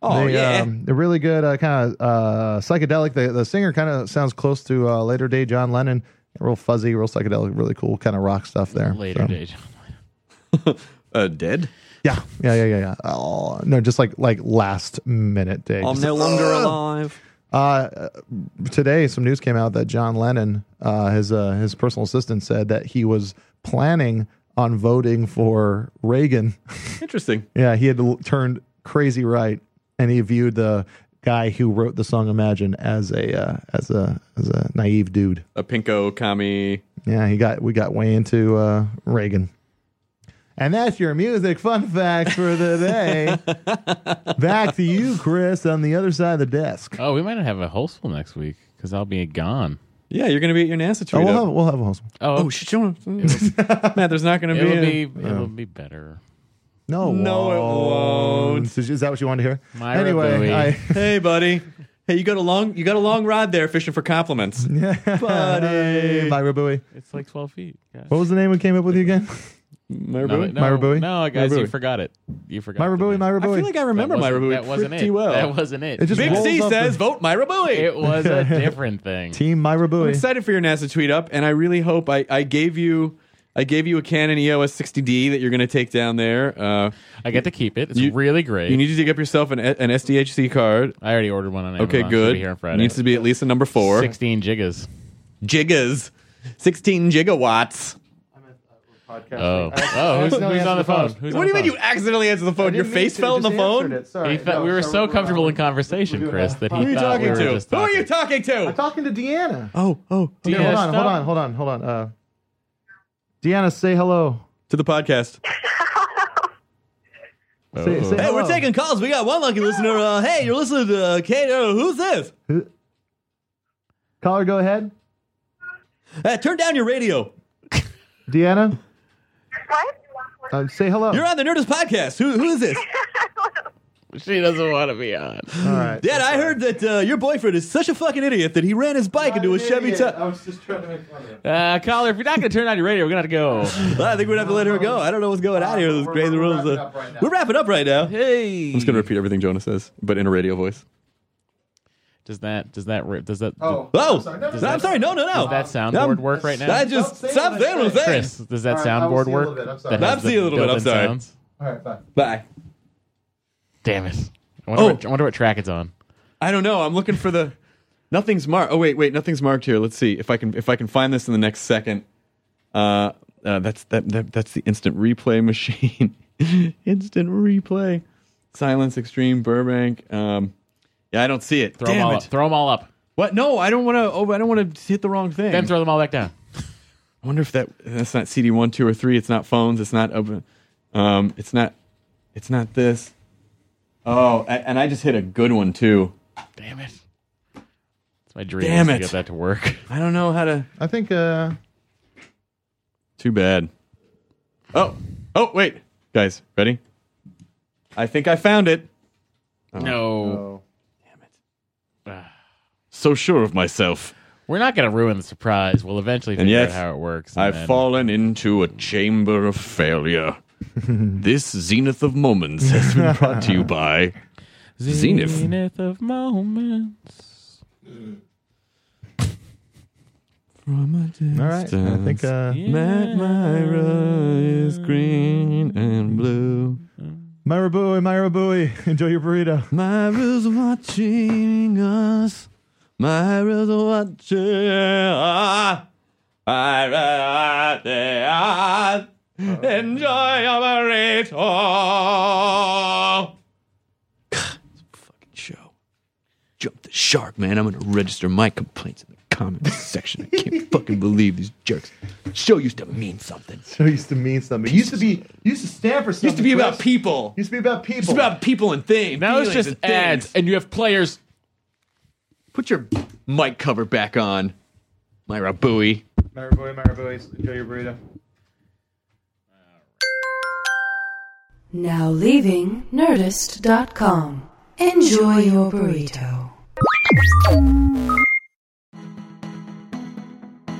Speaker 1: Oh,
Speaker 2: they,
Speaker 1: yeah.
Speaker 2: um, they're really good, uh, kind of uh, psychedelic. The, the singer kind of sounds close to uh, later day John Lennon. Real fuzzy, real psychedelic, really cool kind of rock stuff there.
Speaker 3: Later
Speaker 2: So-
Speaker 3: date.
Speaker 1: uh, dead?
Speaker 2: Yeah, yeah, yeah, yeah, yeah. Oh no, just like like last minute day.
Speaker 1: I'm
Speaker 2: Just-
Speaker 1: Oh, no longer alive.
Speaker 2: Uh, today, some news came out that John Lennon, uh, his uh, his personal assistant, said that he was planning on voting for Reagan.
Speaker 1: Interesting.
Speaker 2: yeah, he had l- turned crazy right, and he viewed the guy who wrote the song "Imagine" as a uh, as a as a naive dude.
Speaker 1: A pinko commie.
Speaker 2: Yeah, he got we got way into uh, Reagan. And that's your music fun facts for the day. Back to you, Chris, on the other side of the desk.
Speaker 3: Oh, we might not have a hostful next week because I'll be gone.
Speaker 1: Yeah, you're going to be at your NASA
Speaker 2: Oh,
Speaker 1: tweet.
Speaker 2: we'll
Speaker 1: up.
Speaker 2: have, we'll have a host.
Speaker 3: Oh,
Speaker 1: Oh, shit, you wanna- Matt, there's not going to be.
Speaker 3: it'll
Speaker 1: a-
Speaker 3: be it'll be better.
Speaker 2: No,
Speaker 1: No, it won't.
Speaker 2: Is is that what you wanted to hear?
Speaker 3: Myra
Speaker 2: anyway,
Speaker 3: Bowie.
Speaker 2: I,
Speaker 1: hey, buddy. Hey, you got a long you got a long rod there fishing for compliments. buddy.
Speaker 2: Myra Bowie.
Speaker 3: It's like twelve feet. guys.
Speaker 2: What was the name we came up with you again?
Speaker 1: Myra
Speaker 3: No,
Speaker 1: Bowie?
Speaker 3: no,
Speaker 2: Myra Bowie?
Speaker 3: No,
Speaker 1: Myra
Speaker 3: guys, you
Speaker 1: Bowie.
Speaker 3: forgot it. You forgot.
Speaker 2: Myra
Speaker 3: the
Speaker 2: Bowie.
Speaker 3: name.
Speaker 2: Myra
Speaker 1: I
Speaker 2: Bowie.
Speaker 1: feel like I remember
Speaker 3: that
Speaker 1: Myra
Speaker 3: wasn't-
Speaker 1: Bowie
Speaker 3: That wasn't
Speaker 1: pretty
Speaker 3: it.
Speaker 1: well.
Speaker 3: That wasn't it.
Speaker 2: It just
Speaker 1: Big
Speaker 2: rolls
Speaker 1: C
Speaker 2: off
Speaker 1: says
Speaker 2: the-
Speaker 1: vote Myra Bowie.
Speaker 3: it was a different thing.
Speaker 2: Team Myra
Speaker 1: I'm
Speaker 2: Bowie.
Speaker 1: excited for your NASA tweet up, and I really hope I, I gave you I gave you a Canon E EOS 60D that you're going to take down there. Uh,
Speaker 3: I get to keep it. It's
Speaker 1: You-
Speaker 3: really great.
Speaker 1: you need to dig up yourself an, an SDHC card.
Speaker 3: I already ordered one on Amazon.
Speaker 1: Okay,
Speaker 3: Should
Speaker 1: good.
Speaker 3: Be here on Friday.
Speaker 1: Needs to be at least a number four.
Speaker 3: sixteen gigas.
Speaker 1: Gigas, sixteen gigawatts.
Speaker 3: Oh, oh, who's,
Speaker 2: accidentally
Speaker 3: who's
Speaker 2: answered
Speaker 3: on the
Speaker 2: the phone.
Speaker 3: phone? Who's
Speaker 1: What
Speaker 3: on
Speaker 1: do you
Speaker 3: the
Speaker 1: mean you
Speaker 3: phone?
Speaker 1: accidentally answered the phone? Your face fell on the phone.
Speaker 3: He thought we were so comfortable in conversation, Chris, that he
Speaker 2: Who are you
Speaker 3: thought
Speaker 2: talking
Speaker 3: we were
Speaker 2: to?
Speaker 3: just
Speaker 1: Who are
Speaker 3: talking.
Speaker 1: you talking
Speaker 2: I'm
Speaker 1: to?
Speaker 2: talking to Deanna.
Speaker 1: Oh, oh,
Speaker 3: Do you
Speaker 2: Okay, hold
Speaker 3: have
Speaker 2: on,
Speaker 3: stuff?
Speaker 2: hold on, hold on, hold on. Uh, Deanna, say hello.
Speaker 1: to the podcast.
Speaker 2: Say,
Speaker 3: Oh.
Speaker 2: say
Speaker 1: Hey,
Speaker 2: hello.
Speaker 1: we're taking calls. We got one lucky listener. Uh, hey, you're listening to uh, Kate. Uh, who's this?
Speaker 2: Caller, go ahead.
Speaker 1: Uh, turn down your radio.
Speaker 2: Deanna,
Speaker 6: What?
Speaker 2: uh, say hello.
Speaker 1: You're on the Nerdist podcast. Who, who is this?
Speaker 3: She doesn't want to be on.
Speaker 2: All right.
Speaker 1: Dad, I heard that uh, your boyfriend is such a fucking idiot that he ran his bike into a Chevy. Tu-
Speaker 2: I was just trying to make fun of it.
Speaker 3: Uh, caller, if you're not going to turn on your radio, we're going to go.
Speaker 1: I think we're gonna have to let her go. I don't know what's going on here. Those
Speaker 2: We're-
Speaker 1: crazy
Speaker 2: we're
Speaker 1: rules.
Speaker 2: wrapping
Speaker 1: uh,
Speaker 2: up right now.
Speaker 1: We're wrapping up right now.
Speaker 3: Hey.
Speaker 1: I'm just gonna repeat everything Jonah says, but in a radio voice.
Speaker 3: Does that, does that, re- does that,
Speaker 2: Oh.
Speaker 1: Oh,
Speaker 2: I'm sorry. No, no,
Speaker 1: I'm
Speaker 2: no,
Speaker 1: sorry. No, no, no.
Speaker 3: does that soundboard
Speaker 1: I'm-
Speaker 3: work right now?
Speaker 1: I just
Speaker 2: Stop saying
Speaker 1: stop
Speaker 2: what
Speaker 1: saying
Speaker 2: I
Speaker 1: what I'm
Speaker 2: said.
Speaker 1: saying.
Speaker 3: Chris, does that
Speaker 2: All right, I will
Speaker 3: soundboard
Speaker 2: see you a little
Speaker 3: work?
Speaker 2: bit. I'm sorry.
Speaker 3: that has
Speaker 1: I'll see you a
Speaker 3: the
Speaker 1: little bit. I'm
Speaker 3: built-in
Speaker 1: sorry.
Speaker 3: sounds?
Speaker 2: All right, bye.
Speaker 1: Bye.
Speaker 3: Damn it. I wonder,
Speaker 1: Oh.
Speaker 3: what, I wonder what track it's on.
Speaker 1: I don't know. I'm looking for the nothing's marked. Oh wait, wait, nothing's marked here. Let's see if I can if I can find this in the next second. Uh, uh that's that, that that's the instant replay machine. instant replay. Silence Extreme Burbank. Um, yeah, I don't see it.
Speaker 3: Throw
Speaker 1: Damn
Speaker 3: them all
Speaker 1: it.
Speaker 3: up. Throw them all up.
Speaker 1: What? No, I don't want to. Oh, I don't want to hit the wrong thing.
Speaker 3: Then throw them all back down.
Speaker 1: I wonder if that that's not CD one, two, or three. It's not phones. It's not open. Um, it's not. It's not this. Oh, a- and I just hit a good one too.
Speaker 3: Damn it. It's my dream
Speaker 1: Damn
Speaker 3: was
Speaker 1: it.
Speaker 3: to get that to work.
Speaker 1: I don't know how to.
Speaker 2: I think uh,
Speaker 1: Too bad. Oh, oh, wait, guys, ready? I think I found it.
Speaker 3: No.
Speaker 1: So sure of myself,
Speaker 3: We're not going to ruin the surprise. We'll eventually
Speaker 1: And
Speaker 3: figure
Speaker 1: yet,
Speaker 3: out how it works. and
Speaker 1: I've
Speaker 3: then-
Speaker 1: fallen into a chamber of failure. this zenith of moments has been brought to you by Zenith.
Speaker 3: Zenith of moments.
Speaker 2: all right. I think uh,
Speaker 1: Matt Myra is green and blue.
Speaker 2: Myra Bowie, Myra Bowie, enjoy your burrito.
Speaker 1: Myra's watching us. Myra's watching us. Myra's watching us. Enjoy your burrito. fucking show. Jump the shark, man. I'm going to register my complaints in the comments section. I can't fucking believe these jerks. Show used to mean something.
Speaker 2: So it used to mean something. It used to be used to stand for something.
Speaker 1: Used to be about
Speaker 2: Chris.
Speaker 1: people.
Speaker 2: Used to be about people.
Speaker 1: It's about people and things.
Speaker 3: Now it's
Speaker 1: feelings
Speaker 3: just
Speaker 1: and things.
Speaker 3: ads, and you have players.
Speaker 1: Put your mic cover back on, Myra Bowie.
Speaker 2: Myra Bowie, Myra Bowie, enjoy your burrito.
Speaker 7: Now leaving Nerdist.com. Enjoy your burrito.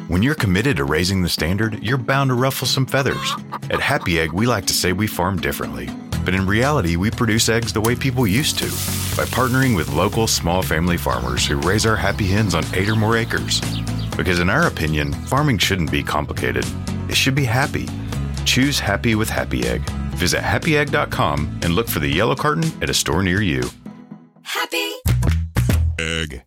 Speaker 8: When you're committed to raising the standard, you're bound to ruffle some feathers. At Happy Egg, we like to say we farm differently. But in reality, we produce eggs the way people used to by partnering with local small family farmers who raise our happy hens on eight or more acres. Because in our opinion, farming shouldn't be complicated, it should be happy. Choose happy with Happy Egg. Visit happyegg.com and look for the yellow carton at a store near you. Happy Egg.